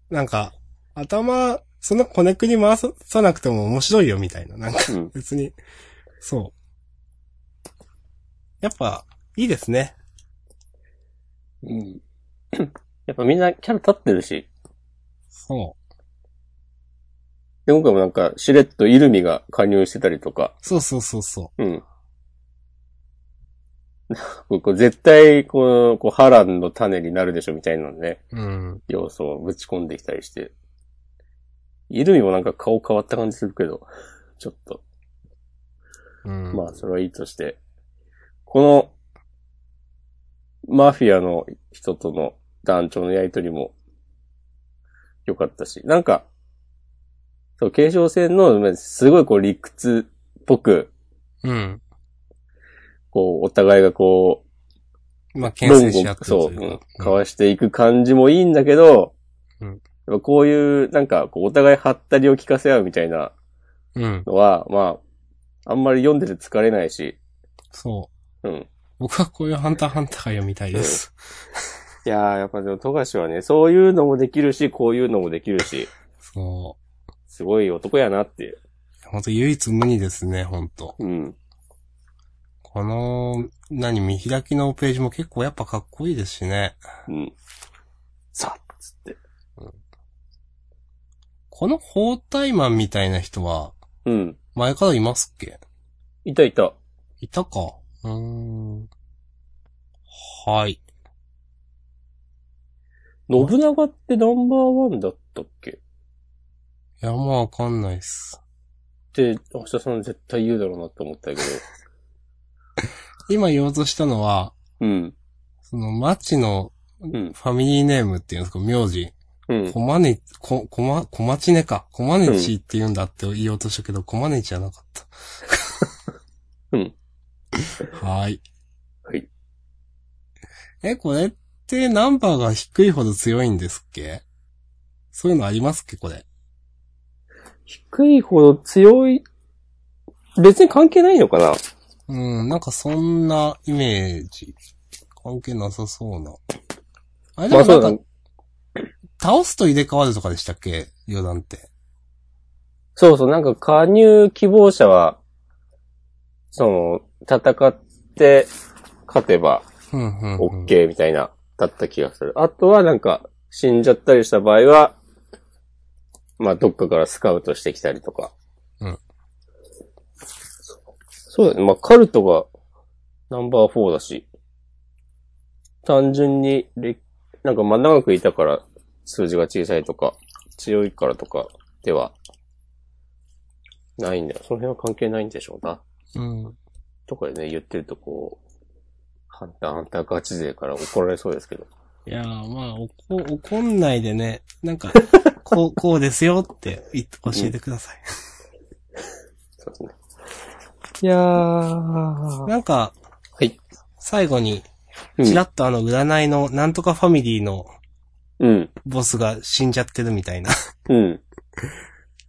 B: なんか、頭、そんなコネクに回さなくても面白いよみたいな。なんか
A: うん。
B: 別に、そう。やっぱ、いいですね。
A: うん、やっぱみんなキャラ立ってるし、
B: そう。
A: で、今回もなんか、しれっとイルミが加入してたりとか、
B: そうそうそうそ
A: うん。 こうこう絶対こう、こう、波乱の種になるでしょみたいなね、
B: う。うん。
A: 要素をぶち込んできたりして。イルミもなんか顔変わった感じするけど、ちょっと。
B: うん。
A: まあ、それはいいとして。この、マフィアの人との団長のやりとりも、良かったし。なんか、そう、継承戦の、すごいこう理屈っぽく、
B: うん。
A: こう、お互いがこう、
B: まあ、牽制し合ってる
A: そう、
B: と
A: う
B: い
A: ん
B: うか。
A: 交わしていく感じもいいんだけど、
B: うん
A: やっぱこういう、なんか、こうお互い張ったりを聞かせ合うみたいな
B: うん。
A: のは、まあ、あんまり読んでて疲れないし、
B: そう。
A: うん。
B: 僕はこういうハンターハンターが読みたいです。
A: いやー、やっぱでも、富樫はね、そういうのもできるし、こういうのもできるし、
B: そ
A: すごい男やなっていう。
B: う。本当唯一無二ですね、本当
A: うん。
B: この、何、見開きのページも結構やっぱかっこいいですしね。
A: うん。さあ、つって。
B: この包帯マンみたいな人は、
A: うん。
B: 前からいますっけ
A: いたいた。
B: いたか。うーん。はい。
A: 信長ってナンバーワンだったっけっ
B: いや、まあわかんないっす。
A: て、明日さん絶対言うだろうなって思ったけど。
B: 今言おうとしたのは、
A: うん。
B: その、マチの
A: うん。
B: ファミリーネームっていうんですか、名字。
A: うん。
B: コマネ、こ、こま、こまちねか。コマネチって言うんだって言おうとしたけど、コマネチじゃなかった。
A: うん。
B: はーい。
A: はい。
B: え、これってナンバーが低いほど強いんですっけそういうのありますっけこれ。
A: 低いほど強い、別に関係ないのかな
B: うん、なんかそんなイメージ。関係なさそうな。あれで
A: ま
B: も
A: あ
B: な
A: そ
B: ん
A: うだ
B: か、、倒すと入れ替わるとかでしたっけ余談って。
A: そうそう、なんか加入希望者は、その、戦って勝てば
B: うん、うん。うん。
A: OK みたいな、だった気がする。あとはなんか、死んじゃったりした場合は、まあ、どっかからスカウトしてきたりとか。
B: うん。
A: そうだね。まあ、カルトがナンバー4だし、単純にれ、なんか、まあ、長くいたから数字が小さいとか、強いからとかでは、ないんだよ。その辺は関係ないんでしょうな。
B: うん。
A: とかでね、言ってるとこう、ハンター、ハンターガチ勢から怒られそうですけど。
B: いやー、まあ、怒、怒んないでね、なん か、こう、こうですよって言って教えてください。
A: そうですね。いやー。は
B: なんか、
A: い。
B: 最後に、ちらっとあの、占いの、なんとかファミリーの
A: うん。
B: ボスが死んじゃってるみたいな。
A: うん。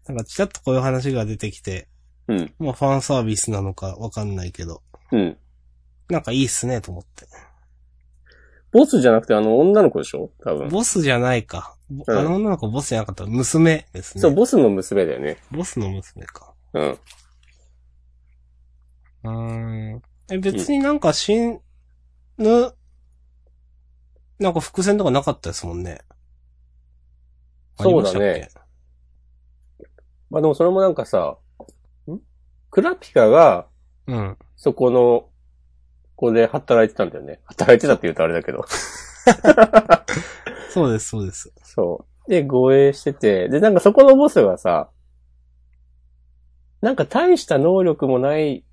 B: なんか、ちらっとこういう話が出てきて、
A: うん。
B: まあ、ファンサービスなのかわかんないけど、
A: うん。
B: なんかいいっすね、と思って。
A: ボスじゃなくてあの女の子でしょ多分。
B: ボスじゃないか。ぼあの女の子ボスじゃなかった。娘ですね。
A: そう、ボスの娘だよね。
B: ボスの娘か。
A: うん。
B: うーん。え、別になんか死ぬ、なんか伏線とかなかったですもんね。
A: そうだねまあでもそれもなんかさ、んクラピカが、
B: ありましたっけ。
A: そこの、ここで働いてたんだよね。働いてたって言うとあれだけど。
B: うん。そうです、そうです。
A: そう。で、護衛してて、で、なんかそこのボスがさ、なんか大した能力もない、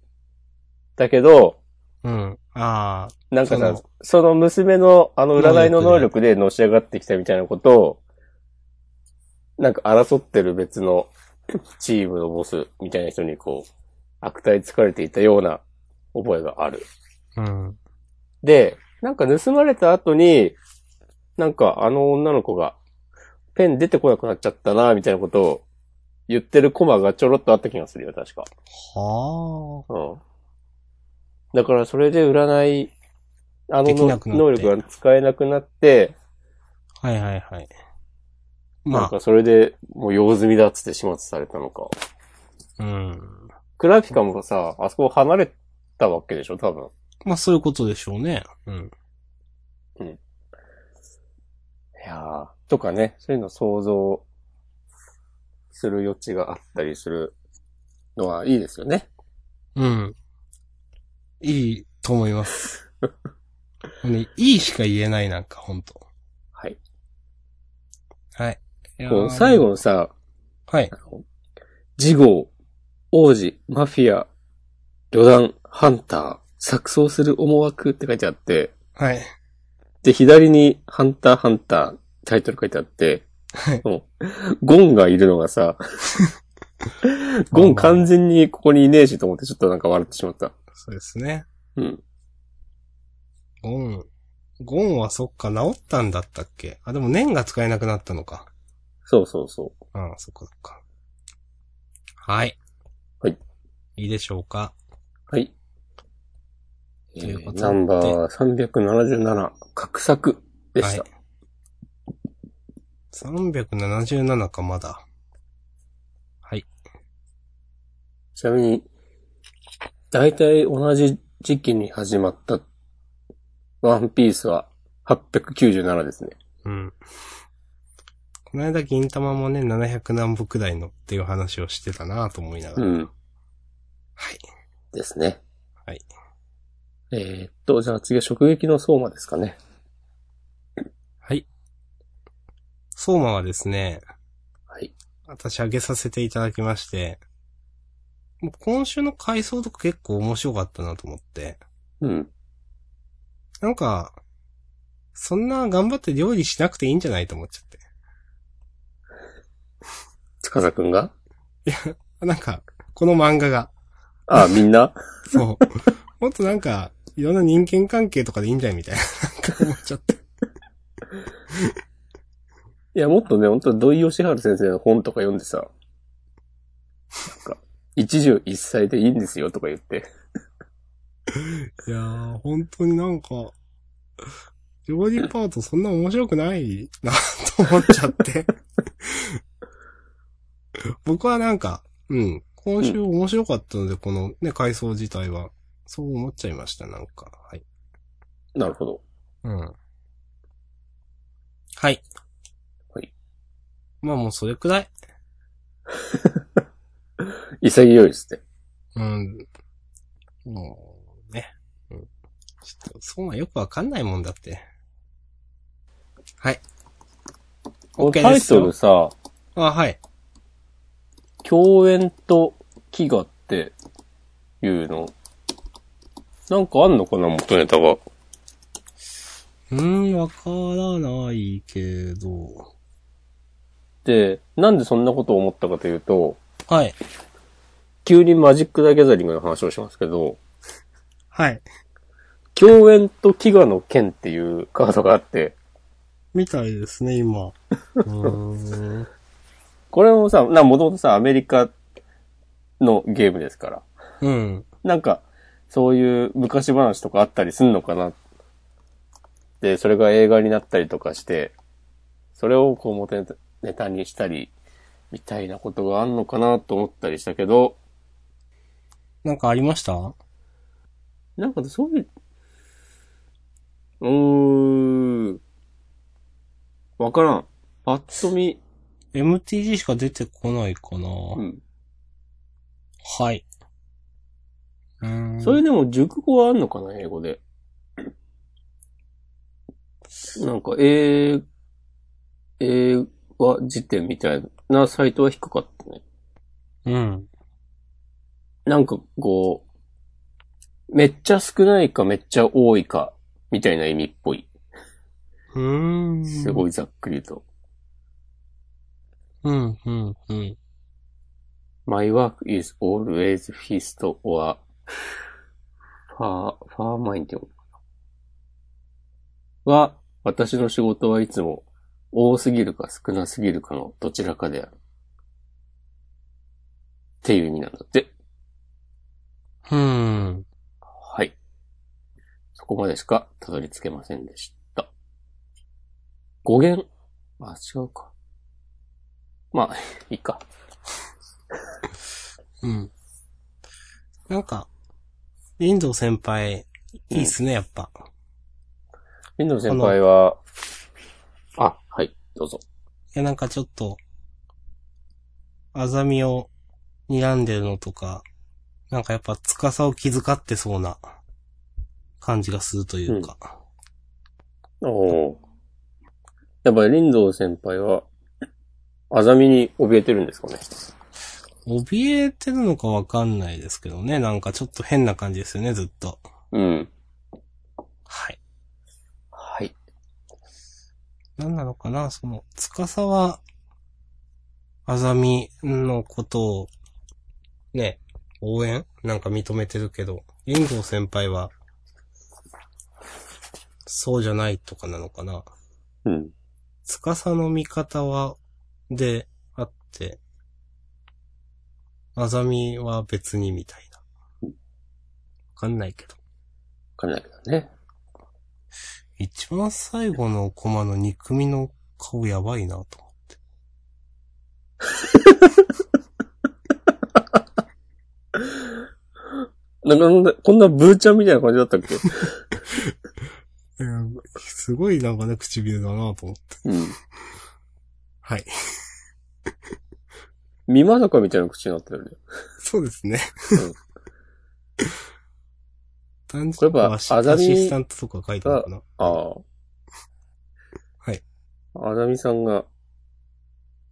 A: だけど、
B: うん。ああ、
A: なんかさ、
B: そ
A: その
B: の
A: 娘のあの占いの能力でのし上がってきたみたいなことを、なんか争ってる別のチームのボスみたいな人にこう、悪態つかれていたような覚えがある。
B: うん。
A: で、なんか盗まれた後に、なんかあの女の子が、ペン出てこなくなっちゃったな、みたいなことを言ってるコマがちょろっとあった気がするよ、確か。
B: は
A: うん。だからそれで占い、あの
B: できなくなって
A: 能力が使えなくなって、
B: あ。はいはいはい。
A: なん
B: ま
A: かそれでもう用済みだっつって始末されたのか。
B: あ、うん。
A: クラピカもさ、あそこ離れたわけでしょ、多分。
B: まあそういうことでしょうね。うん。
A: いやーとかね、そういうの想像する余地があったりするのはいいですよね。
B: うん。いいと思います。 ね、いいしか言えないなんか、ほんと。
A: はい。
B: はい。いやー
A: こう最後のさ、
B: はい。
A: ジゴ王子、マフィア、旅団、ハンター、錯綜する思惑って書いてあって、
B: はい。
A: で、左にハンター、ハンター、タイトル書いてあって、
B: はい
A: もうゴンがいるのが さ、ゴン完全にここにいねえしと思ってちょっとなんか笑ってしまった。
B: そうですね。
A: うん。
B: ゴン。ゴンはそっか、治ったんだったっけあ、でも年が使えなくなったのか。
A: そうそうそ
B: うん、そっかそっか。はい。
A: はい。
B: いいでしょうか。
A: う。はい。え
B: というこ
A: ー
B: とで
A: ナンバー377、格作でした。
B: はい377か、まだ。はい。
A: ちなみに、大体同じ時期に始まった、ワンピースは897ですね。
B: うん。この間、銀玉もね、700何部くらいのっていう話をしてたなと思いながら。
A: うん。
B: はい。
A: ですね。
B: はい。
A: えーっと、じゃあ次は直撃の相馬ですかね。
B: はい。相馬はですね、
A: はい。
B: 私上げさせていただきまして、もう今週の回想とか結構面白かったなと思って、
A: うん。
B: なんか、そんな頑張って料理しなくていいんじゃないと思っちゃって。
A: 司くんが
B: なんか、この漫画が、
A: あ、みんな
B: そう。 もっとなんか、いろんな人間関係とかでいいんじゃないみたいな、なんか思っちゃって。
A: いや、もっとね、本当土井義春先生の本とか読んでさ、なんか、一十一歳でいいんですよとか言って。
B: いやー、本当になんか、料理パートそんな面白くないなと思っちゃって。僕はなんか、うん、今週面白かったので、このね、回想自体は、そう思っちゃいました、なんか。はい。
A: なるほど。
B: うん。はい。
A: はい。
B: まあもうそれくらい。
A: 潔いですね。
B: うん。もう、ね。うん。ちょっと、そんなんよくわかんないもんだって。はい。
A: この
B: OK
A: タ
B: で
A: イ
B: す
A: トル
B: よ。
A: さ、
B: あ、はい。
A: 共演と飢餓っていうの、なんかあんのかな元ネタが。
B: うーん、わからないけど。
A: で、なんでそんなことを思ったかというと、
B: はい。
A: 急にマジック・ザ・ギャザリングの話をしますけど、
B: はい。
A: 共演と飢餓の剣っていうカードがあって、
B: みたいですね、今。 うーん。
A: これもさ、な、もともとさ、アメリカのゲームですから、
B: うん。
A: なんか、そういう昔話とかあったりすんのかなで、それが映画になったりとかして、それをこう元ネタネタにしたり、みたいなことがあんのかなと思ったりしたけど、
B: なんかありましたう
A: なんかそういう、うーん、わからん。パッと見、
B: ?MTG しか出てこないかな、
A: うん。
B: はい。うーん。
A: それでも熟語はあんのかな、英語で。なんか、英、英和辞典みたいなサイトは低かったね。
B: うん。
A: なんかこう、めっちゃ少ないかめっちゃ多いか、みたいな意味っぽい。
B: うーん。
A: すごいざっくり言うと。
B: うん、うん、うん。
A: My work is always feast or far, far mine って読むのかなは、私の仕事はいつも多すぎるか少なすぎるかのどちらかである。っていう意味なんだって。
B: うん。
A: はい。そこまでしかたどり着けませんでした。語源あ、違うか。まあ、いいか。
B: うん。なんか、林道先輩、いいっすね、やっぱ。
A: 遠藤先輩は、あ、はい、どうぞ。
B: いや、なんかちょっと、あざみを睨んでるのとか、なんかやっぱ司を気遣ってそうな感じがするというか。
A: おお。やっぱり林道先輩は、あざみに怯えてるんですかね。
B: 怯えてるのかわかんないですけどね。なんかちょっと変な感じですよね、ずっと。
A: うん。
B: はい。
A: はい。
B: なんなのかなその、司は、あざみのことを、ね、応援なんか認めてるけど、林道先輩は、そうじゃないとかなのかな
A: うん。
B: 司の味方は、で、あって、あざみは別にみたいな。わかんないけど。
A: かなりだね。
B: 一番最後のコマの憎みの顔やばいなと思って。
A: なんかなんだ、こんなブーちゃんみたいな感じだったっけ
B: いやすごいなんかね、唇だなと思って。
A: うん。
B: はい。
A: 美まさ かみたいな口になってるね。
B: そうですね。単
A: これ
B: 純
A: やっぱ
B: アシ
A: あざ
B: ア
A: み
B: シスタントとか書いてあるのか
A: ああ。
B: はい。
A: あざみさんが、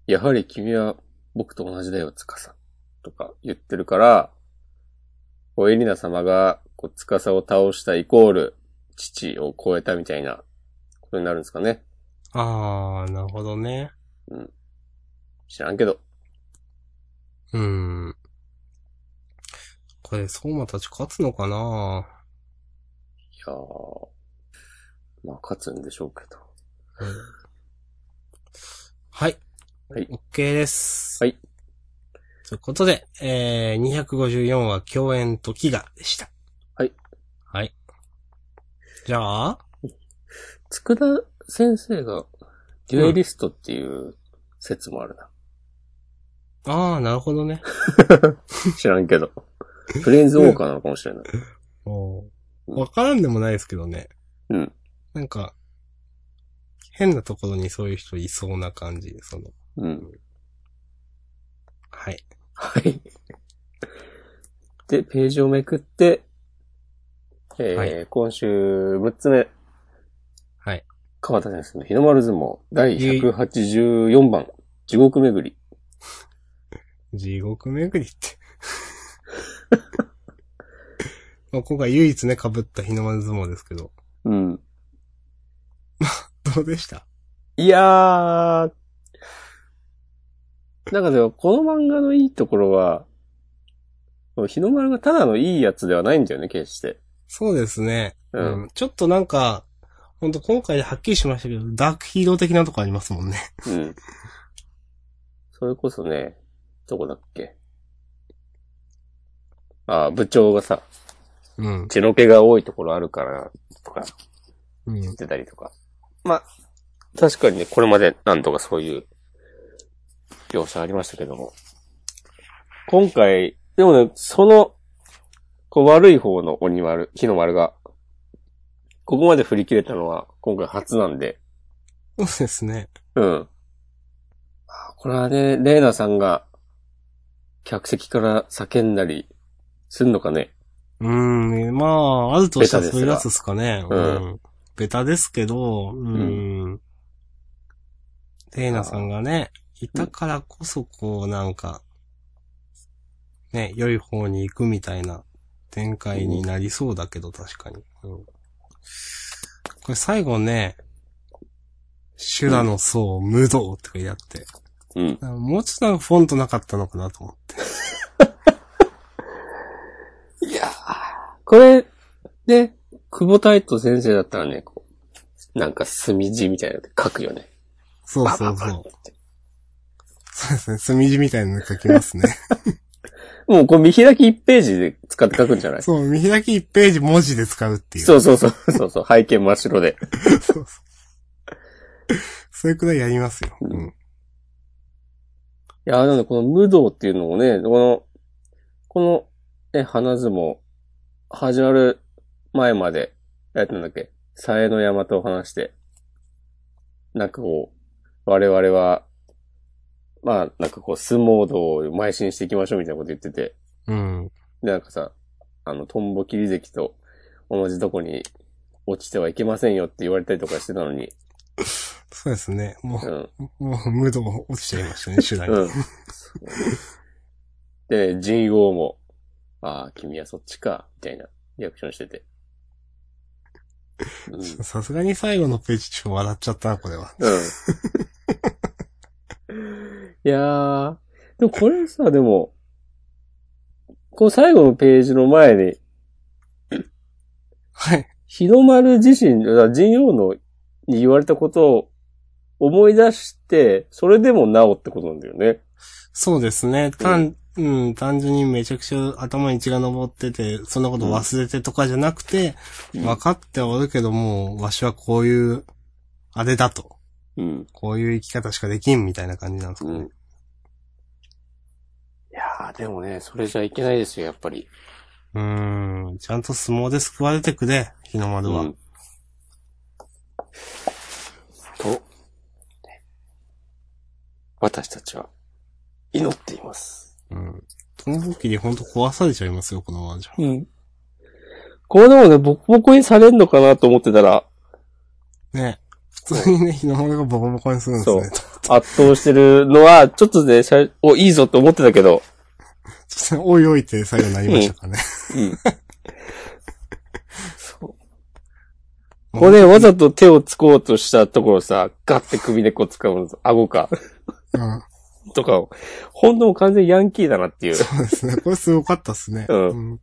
A: やはり君は僕と同じだよ、つかさ。とか言ってるから、こうエリナ様が、こう、つかさを倒したイコール、父を超えたみたいなことになるんですかね。
B: なあー、なるほどね。
A: 知らんけど。
B: うん。これ、相馬たち勝つのかない
A: やーまあ、勝つんでしょうけど。
B: はい。
A: はい
B: オッ OK です。
A: はい。
B: ということで、えー、254話、共演と飢餓でした。
A: はい。
B: はい。じゃあ、
A: 佃先生が、デュエリストっていう説もあるな。
B: あー、なるほどね。
A: 知らんけど。フレンズウォーカーなのかもしれない。
B: おーわからんでもないですけどね。
A: うん。
B: なんか、変なところにそういう人いそうな感じ、その、
A: うん。
B: はい。
A: はい。で、ページをめくって、えー
B: はい
A: 今週6つ目。
B: はい。
A: 川田先生の日の丸相撲、第184番、地獄巡り。
B: 地獄巡 りって。まあ今回唯一ね、被った日の丸相撲ですけど。
A: うん。
B: どうでした
A: いやー、なんかでも、この漫画のいいところは、日の丸がただのいいやつではないんだよね、決して。
B: そうですね。
A: うん。
B: うんちょっとなんか、ほんと今回ではっきりしましたけど、ダークヒーロー的なとこありますもんね。
A: うん。それこそね、どこだっけ。ああ、部長がさ、
B: うん。
A: 血の気が多いところあるから、とか
B: うん
A: 言っ。てたりとか。まあ、確かにね、これまで何度かそういう描写ありましたけども。今回、でもね、その、こう悪い方の鬼丸、火の丸が、ここまで振り切れたのは今回初なんで、
B: そうですね。
A: うん。あこれはね、レイナさんが、客席から叫んだり、すんのかね。
B: うん。まあ、あるとしたら
A: ベタですが
B: そういうやつですかね。
A: うん
B: ん。ベタですけど、うん。テイナさんがね、いたからこそこうなんか、ね、良い方に行くみたいな展開になりそうだけど、確かに。うん。これ最後ね、修羅の層、無道って書いてあって。
A: うん。
B: もうちょっとなんかフォントなかったのかなと思って。
A: いやこれ、ね、久保太斗先生だったらね、こう、なんか墨字みたいなので書くよね。
B: そうそう
A: バ
B: そ
A: バババ。
B: う
A: って
B: そうですね。墨字みたいなの書きます ね。
A: もうこれ見開き1ページで使って書くんじゃない
B: そう、見開き1ページ文字で使うっていう。
A: そうそうそうそうそう、背景真っ白で。
B: そうそう。 それくらいやりますよ。
A: うん
B: うん。
A: いやー、なんでこの無道っていうのもね、この、この、ね、花相撲、始まる前まで、やったんだっけ、冴の山と話して、なんかこう、我々は、まあ、なんかこう、相撲道を邁進していきましょうみたいなこと言ってて、
B: うん。
A: で、なんかさ、あの、トンボ切り関と同じとこに落ちてはいけませんよって言われたりとかしてたのに、
B: そうですね。も
A: うん。
B: う、もう、無道落ちちゃいましたね、手段に。
A: うん。で、人王も、ああ、君はそっちか、みたいなリアクションしてて。うん。うん。
B: さすがに最後のページちょっと笑っちゃったな、これは。
A: いやー、でもこれさ、でも、この最後のページの前に、
B: はい。
A: 日の丸自身、だから人王のに言われたことを思い出して、それでもなおってことなんだよね。
B: そうですね。単、うん、単純にめちゃくちゃ頭に血が上ってて、そんなこと忘れてとかじゃなくて、
A: うん
B: 分かっておるけども、わしはこういう、あれだと。
A: うん。
B: こういう生き方しかできんみたいな感じなんですか
A: う
B: ね。
A: ん。いやー、でもね、それじゃいけないですよ、やっぱり。
B: うーん。ちゃんと相撲で救われてくれ、日の丸は。
A: うんと、私たちは祈っています。
B: うん。この時にほんと壊されちゃいますよ、このままじゃ。
A: うん。これでもね、ボコボコにされんのかなと思ってたら、
B: ね。普通にね、日の丸がボコボコにするんですね。
A: 圧倒してるのは、ちょっとね、しゃお、いいぞと思ってたけど、
B: ちょっとねおいおいって最後になりました からね。
A: うん。そう。これわざと手をつこうとしたところさ、ガッて首根っこ掴むの、顎か。
B: うん。
A: とかを、本当もう完全にヤンキーだなっていう。
B: そうですね。これすごかったですね。
A: うん
B: ん。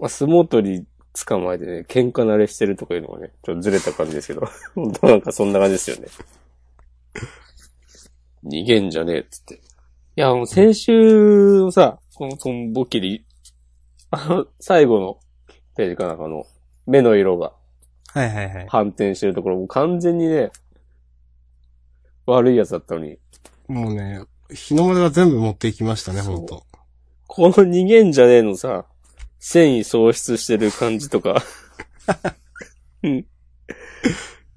A: まあ、相撲取り捕まえてね、喧嘩慣れしてるとかいうのがね、ちょっとずれた感じですけど、 本当なんかそんな感じですよね。逃げんじゃねえっつって。いや、もう先週のさ、このトンボキリ、あの、最後のページかなんかの、目の色が
B: はいはいはい。
A: 反転してるところ、もう完全にね、悪いやつだったのに、
B: もうね、日の丸は全部持っていきましたね、
A: そう
B: ほんと。
A: この逃げんじゃねえのさ、繊維喪失してる感じとか。うん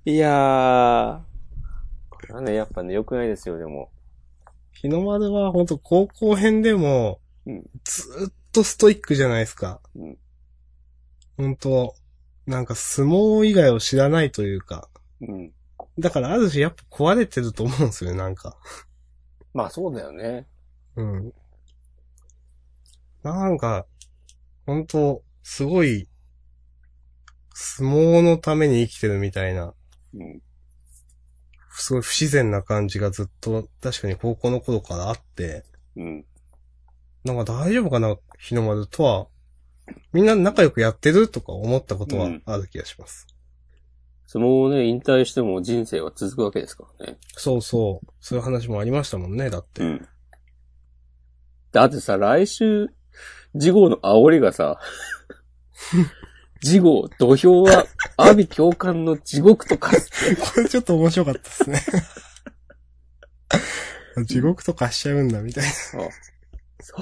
A: いやー。これはね、やっぱね、良くないですよ、でも。
B: 日の丸はほんと高校編でも
A: うん、
B: ずーっとストイックじゃないですか
A: うん。
B: ほんと、なんか相撲以外を知らないというか。
A: うん。
B: だからある種やっぱ壊れてると思うんですよね、なんか。
A: まあそうだよね。
B: うん。なんか、ほんと、すごい、相撲のために生きてるみたいな、
A: うん。
B: すごい不自然な感じがずっと、確かに高校の頃からあって、
A: うん。
B: なんか大丈夫かな、日の丸とは、みんな仲良くやってるとか思ったことはある気がします。
A: 相撲をね、引退しても人生は続くわけですからね。
B: そうそう。そういう話もありましたもんね、だって。
A: ん。だってさ、来週、次号の煽りが さ、次号、土俵は、阿炎教官の地獄と化す
B: これちょっと面白かったですね。地獄とかしちゃうんだ、みたいな。
A: あ、そ、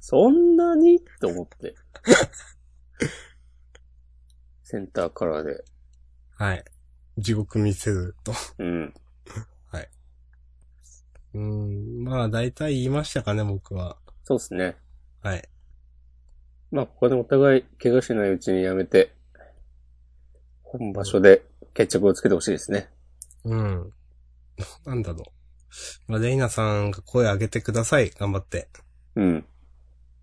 A: そんなにと思って。 センターカラーで。
B: はい。地獄見せると。
A: うん。
B: うん、まあ大体言いましたかね、僕は。
A: そうですね。
B: はい。
A: まあ、ここでお互い怪我しないうちにやめて、本場所で決着をつけてほしいですね。
B: うん。なんだろう。まあ、レイナさんが声上げてください。頑張って。
A: うん。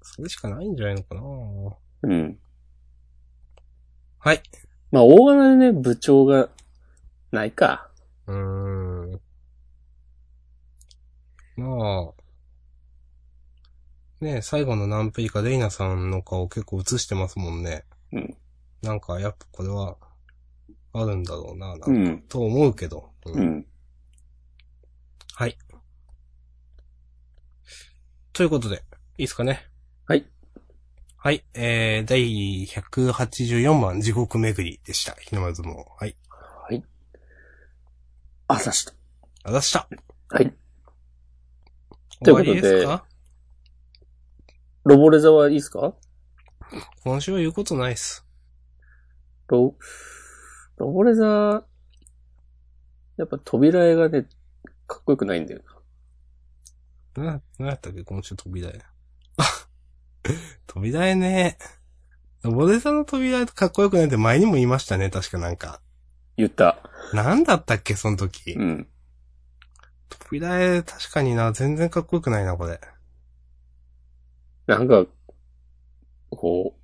B: それしかないんじゃないのかな
A: うん。
B: はい。
A: まあ、大柄でね、部長が、ないか。
B: うーん。まあ。ねえ最後のナンプリかレイナさんの顔結構映してますもんね。
A: うん。
B: なんかやっぱこれは、あるんだろうな、なんか
A: うん。
B: と思うけど。うん
A: うん。
B: はい。ということで、いいですかね。
A: はい。
B: はい。えー、第184番、地獄巡りでした。日の丸相撲。はい。
A: 朝しと。
B: あざした。
A: はい。
B: 終わりですか
A: ロボレザはいいですか
B: 今週は言うことないっす。
A: ロ、ロボレザー、やっぱ扉絵がね、かっこよくないんだよ
B: な、なんやったっけ今週扉 絵。あ扉絵ね。ボデさんの扉絵かっこよくないって前にも言いましたね。確かなんか。
A: 言った。
B: なんだったっけその時。
A: うん。
B: 扉絵確かにな、全然かっこよくないな、これ。
A: なんか、こ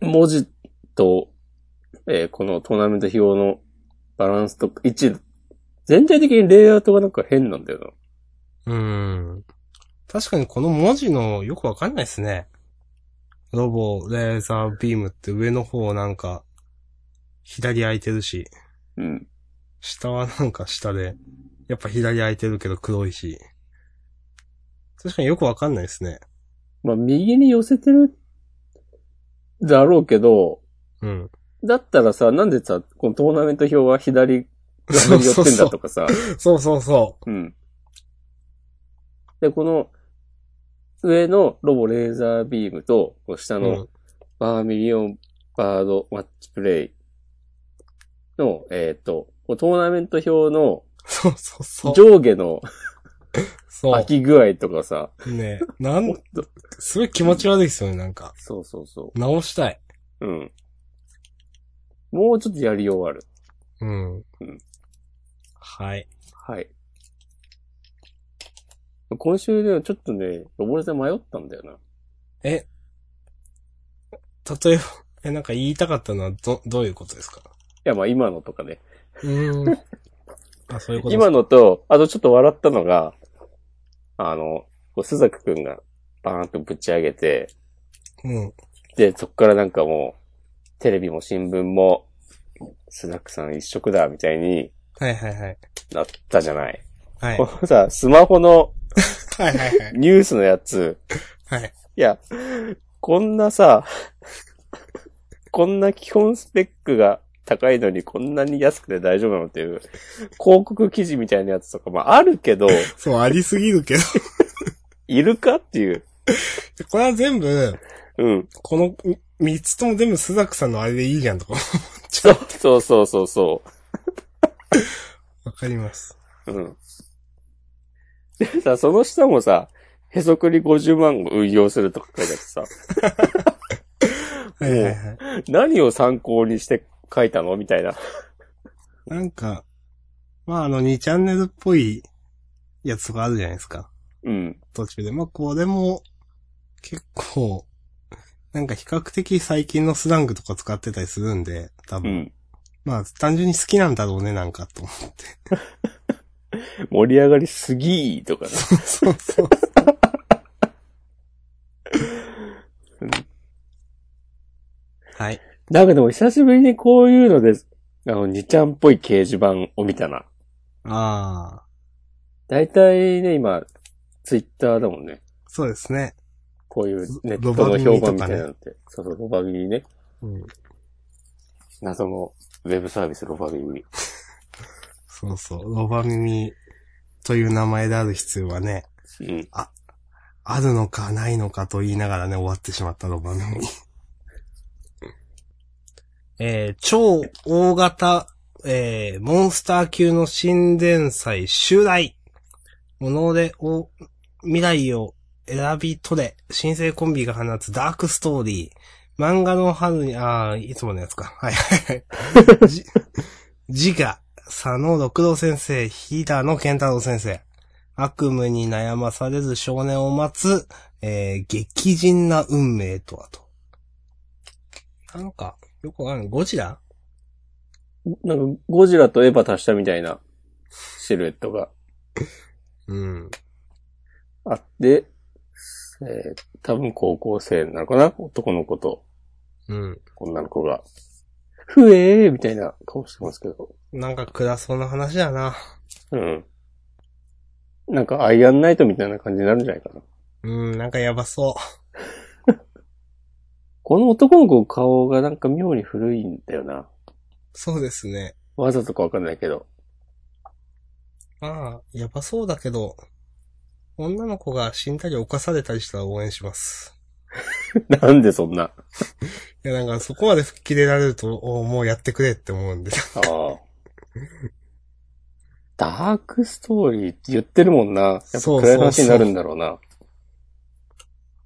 A: う、文字と、えーこのトーナメント表のバランスと位置、全体的にレイアウトがなんか変なんだよな。
B: うーん。確かにこの文字のよくわかんないですね。ロボ、レーザービームって上の方なんか、左空いてるし、
A: うん。
B: 下はなんか下で、やっぱ左空いてるけど黒いし。確かによくわかんないですね。
A: まあ、右に寄せてるだろうけど、
B: うん。
A: だったらさ、なんでさ、このトーナメント表は左側に寄ってんだとかさ、
B: そうそうそ
A: うん。で、この、上のロボレーザービームと、こう下
B: う。
A: のバーミリオンバードマッチプレイの、えっ、と、こうトーナメント表の
B: そうそうそう。
A: 上下の
B: そ
A: 空き具合とかさ、
B: う。ねなん
A: もっ、と
B: すごい気持ち悪いですよね、なんか。
A: そうそうそ
B: 直したい。
A: う。うん。もうちょっとやりようある。
B: うん。
A: ん
B: はい。
A: はい。今週ね、ちょっとね、ロボレザー迷ったんだよな。
B: え、例えば、え、なんか言いたかったのはど、どういうことですか
A: いや、まあ今のとかね。
B: うーん。あ、そういうことです
A: 今のと、あとちょっと笑ったのが、あの、こう須坂くんがバーンとぶち上げて、
B: うん。
A: で、そっからなんかもう、テレビも新聞も、スナックさん一色だ、みたいに
B: はいはいはい。
A: なったじゃない。
B: はい。
A: このさ、スマホの
B: はいはいはい。
A: ニュースのやつ、
B: はい。
A: いや、こんなさ、こんな基本スペックが高いのにこんなに安くて大丈夫なのっていう、広告記事みたいなやつとか、まああるけど、
B: そう、ありすぎるけど。
A: いるかっていう。
B: これは全部、
A: うん。
B: このみ三つとも全部須坂さんのあれでいいじゃんとか。
A: そうそうそうそうそ
B: わかります。
A: う。うん。でさ、その下もさ、へそくり50万を運用するとか書いてあってさ、
B: はいはいはい。
A: 何を参考にして書いたのみたいな。
B: なんか、まああの2チャンネルっぽいやつとかあるじゃないですか。
A: うん。
B: 途中で。まあこれも結構、なんか比較的最近のスラングとか使ってたりするんで、多
A: う
B: 分。
A: ん。
B: まあ単純に好きなんだろうね、なんかと思って。
A: 盛り上がりすぎーとかね。
B: そうそう。はい。
A: なんかでも久しぶりにこういうので、あの、二ちゃんっぽい掲示板を見たな。
B: ああ、
A: だいたいね、今、ツイッターだもんね。
B: そうですね。
A: こういうネットの評判みたいなのって。そうそう、ロバ組ね。
B: うん、
A: 謎のウェブサービスロバ組。
B: そうそう。ロバ耳という名前である必要はね、
A: うん。
B: あるのかないのかと言いながらね、終わってしまったの番組。えー超大型、えーモンスター級の新伝祭襲来。物でお未来を選び取れ。新生コンビが放つダークストーリー。漫画の春に、ああ、いつものやつか。はいはい はい。じ自我、佐野六郎先生、飛騨の健太郎先生。悪夢に悩まされず少年を待つ、えー、激人な運命とはと。なんか、よくわかんない。ゴジラ
A: なんか、ゴジラとエヴァ足したみたいなシルエットが
B: うん。
A: あって、えー、多分高校生なのかな男の子と
B: うん。
A: 女の子が。ふえーみたいな顔してますけど。
B: なんか暗そうな話だな。
A: うん。なんか、アイアンナイトみたいな感じになるんじゃないかな。
B: うん、なんかやばそ
A: この男の子の顔がなんか妙に古いんだよな。
B: う。そうですね。
A: わざとかわかんないけど。
B: まあ、やばそうだけど、女の子が死んだり犯されたりしたら応援します。
A: なんでそんな。
B: いや、なんかそこまで吹っ切れられると、おうもうやってくれって思うんで。
A: ああ。ダークストーリーって言ってるもんな。やっぱ
B: そうそうそう
A: 暗い話になるんだろうな。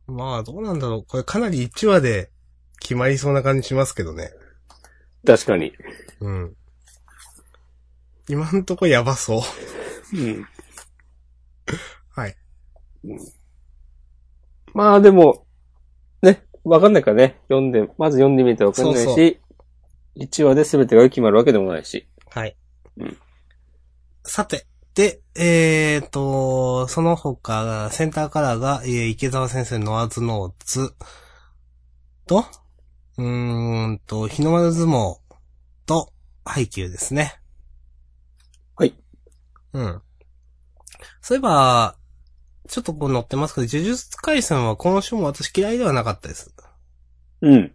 B: まあ、どうなんだろう。これかなり1話で決まりそうな感じしますけどね。
A: 確かに。
B: うん。今んとこやばそう。
A: うん。
B: はい。
A: まあでも、ね、わかんないからね。読んで、まず読んでみてわかんないし、
B: そうそ
A: 1話で全てが決まるわけでもないし。
B: はい。
A: うん
B: さて、で、えーと、その他、センターカラーが、えー池澤先生のノアズノーツと、うーんと、日の丸相撲と、ハイキューですね。
A: はい。
B: うん。そういえば、ちょっとこう載ってますけど、呪術回戦は今週も私嫌いではなかったです。
A: うん。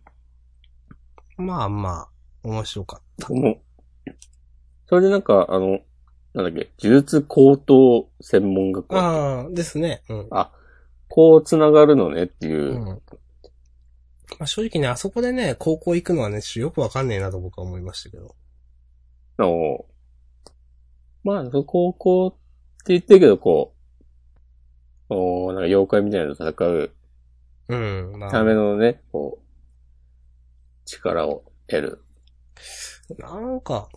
B: まあまあ、面白かった。
A: 僕も。それでなんか、あの、なんだっけ、呪術高等専門学校。あ
B: ああ、ですね。うん。
A: こう繋がるのねっていうう。
B: ん。まあ、正直ね、あそこでね、高校行くのはね、ちょっとよくわかんねえなと僕は思いましたけど。
A: のをまあ、その高校って言ってるけど、こう、おーなんか妖怪みたいなのと戦う
B: うん。まあ、
A: ためのね、こう、力を得る。
B: なんか、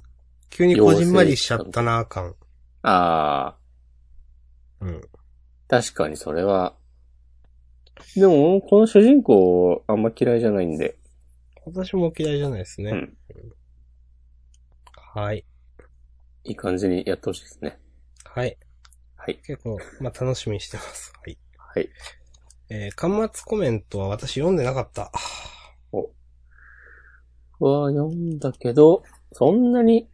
B: 急にこじんまりしちゃったな、感。
A: ああ、
B: うん。
A: 確かにそれは。でも、この主人公、あんま嫌いじゃないんで。
B: 私も嫌いじゃないですね。
A: うん
B: はい。
A: いい感じにやってほしいですね。
B: はい。
A: はい。
B: 結構、まあ、楽しみにしてます。はい。
A: はい。
B: えー、端末コメントは私読んでなかった。
A: は読んだけど、そんなに、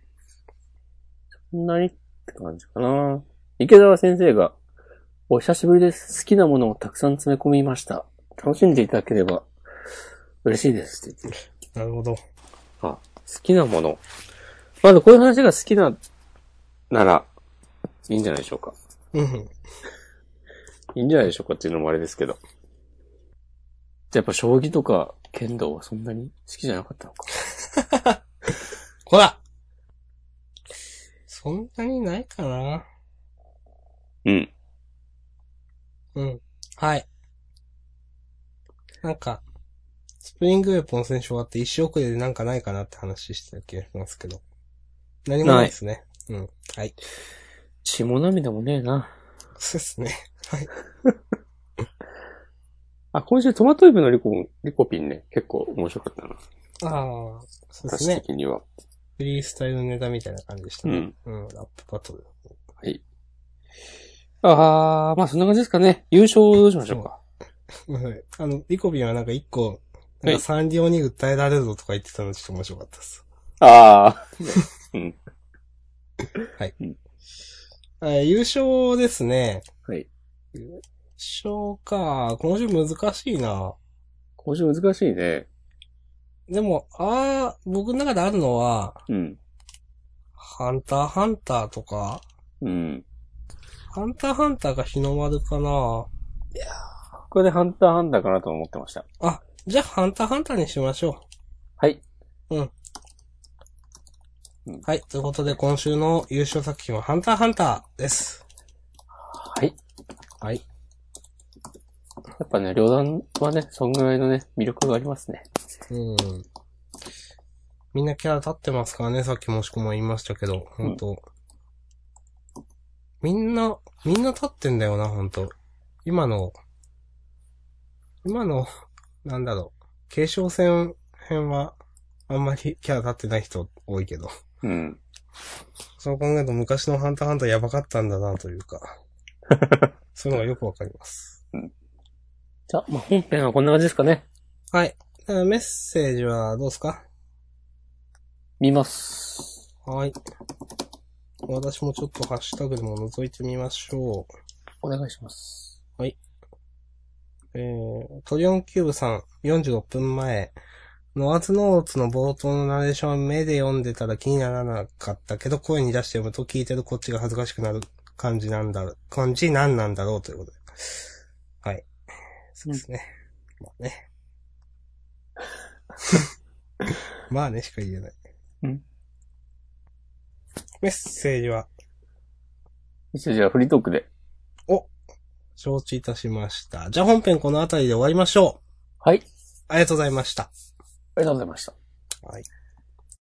A: そんなにって感じかな。池澤先生が、お久しぶりです。好きなものをたくさん詰め込みました。楽しんでいただければ嬉しいですって言って
B: なるほど。
A: あ、好きなもの。まずこういう話が好きな、なら、いいんじゃないでしょうか。
B: うん。
A: いいんじゃないでしょうかっていうのもあれですけど。じゃあやっぱ将棋とか剣道はそんなに好きじゃなかったのか。
B: ほらそんなにないかな
A: うん。
B: うん。はい。なんか、スプリングウェポン選手終わって一生遅れでなんかないかなって話してた気がしますけど。何もないですね。うん。はい。
A: 血も涙もねえな。
B: そうですね。
A: あ、今週トマトイブのリコ、リコピンね、結構面白かったな。
B: ああ、そうです
A: 私
B: ね。
A: 的には。
B: フリースタイルネタみたいな感じでした
A: う
B: ね。
A: ん。
B: うん、ラップバトル。
A: あー、まあそんな感じですかね。優勝どうしましょうか。
B: はいあの、リコビンはなんか一個、
A: は
B: なん
A: い
B: かサンリオに訴えられるぞとか言ってたのちょっと面白かったです。
A: あー。うん。
B: はい、優勝ですね。
A: はい。
B: 優勝か。今週難しいな。
A: 今週難しいね。
B: でも、ああ、僕の中であるのは、
A: うん。
B: ハンターハンターとか、
A: うん。
B: ハンターハンターが日の丸かな。
A: ここでハンターハンターかなと思ってました。
B: あ、じゃあハンターハンターにしましょう。
A: はい。
B: はい。ということで、今週の優勝作品は、ハンターハンターです。
A: はい。
B: はい。
A: やっぱね、両団はね、そんぐらいのね、魅力がありますね。
B: うん。みんなキャラ立ってますからね、さっきもしくも言いましたけど、本当、みんな、みんな立ってんだよな、本当今の、今の、なんだろう、継承戦編は、あんまり キャラ立ってない人多いけど、
A: うん。
B: そう考えると昔のハンターハンターやばかったんだな、というか、そういうのがよくわかります。
A: じゃあ、まあ本編はこんな感じですかね。
B: はい。えーメッセージはどうですか
A: 見ます。
B: はい。私もちょっとハッシュタグでも覗いてみましょ
A: お願いします。
B: う。えー、トリオンキューブさん、46分前。ノアズノーツの冒頭のナレーションは目で読んでたら気にならなかったけど、声に出して読むと聞いてるこっちが恥ずかしくなる感じなんだろう、感じなんなんだろうということで。はい。そうですね。まあね。まあねしか言えない。
A: うん
B: メッセージは
A: 一応じゃあフリートークで。
B: 承知いたしました。じゃあ本編この辺りで終わりましょ
A: はい。あり
B: う。ありがとうございました。
A: がとうございました。
B: はい。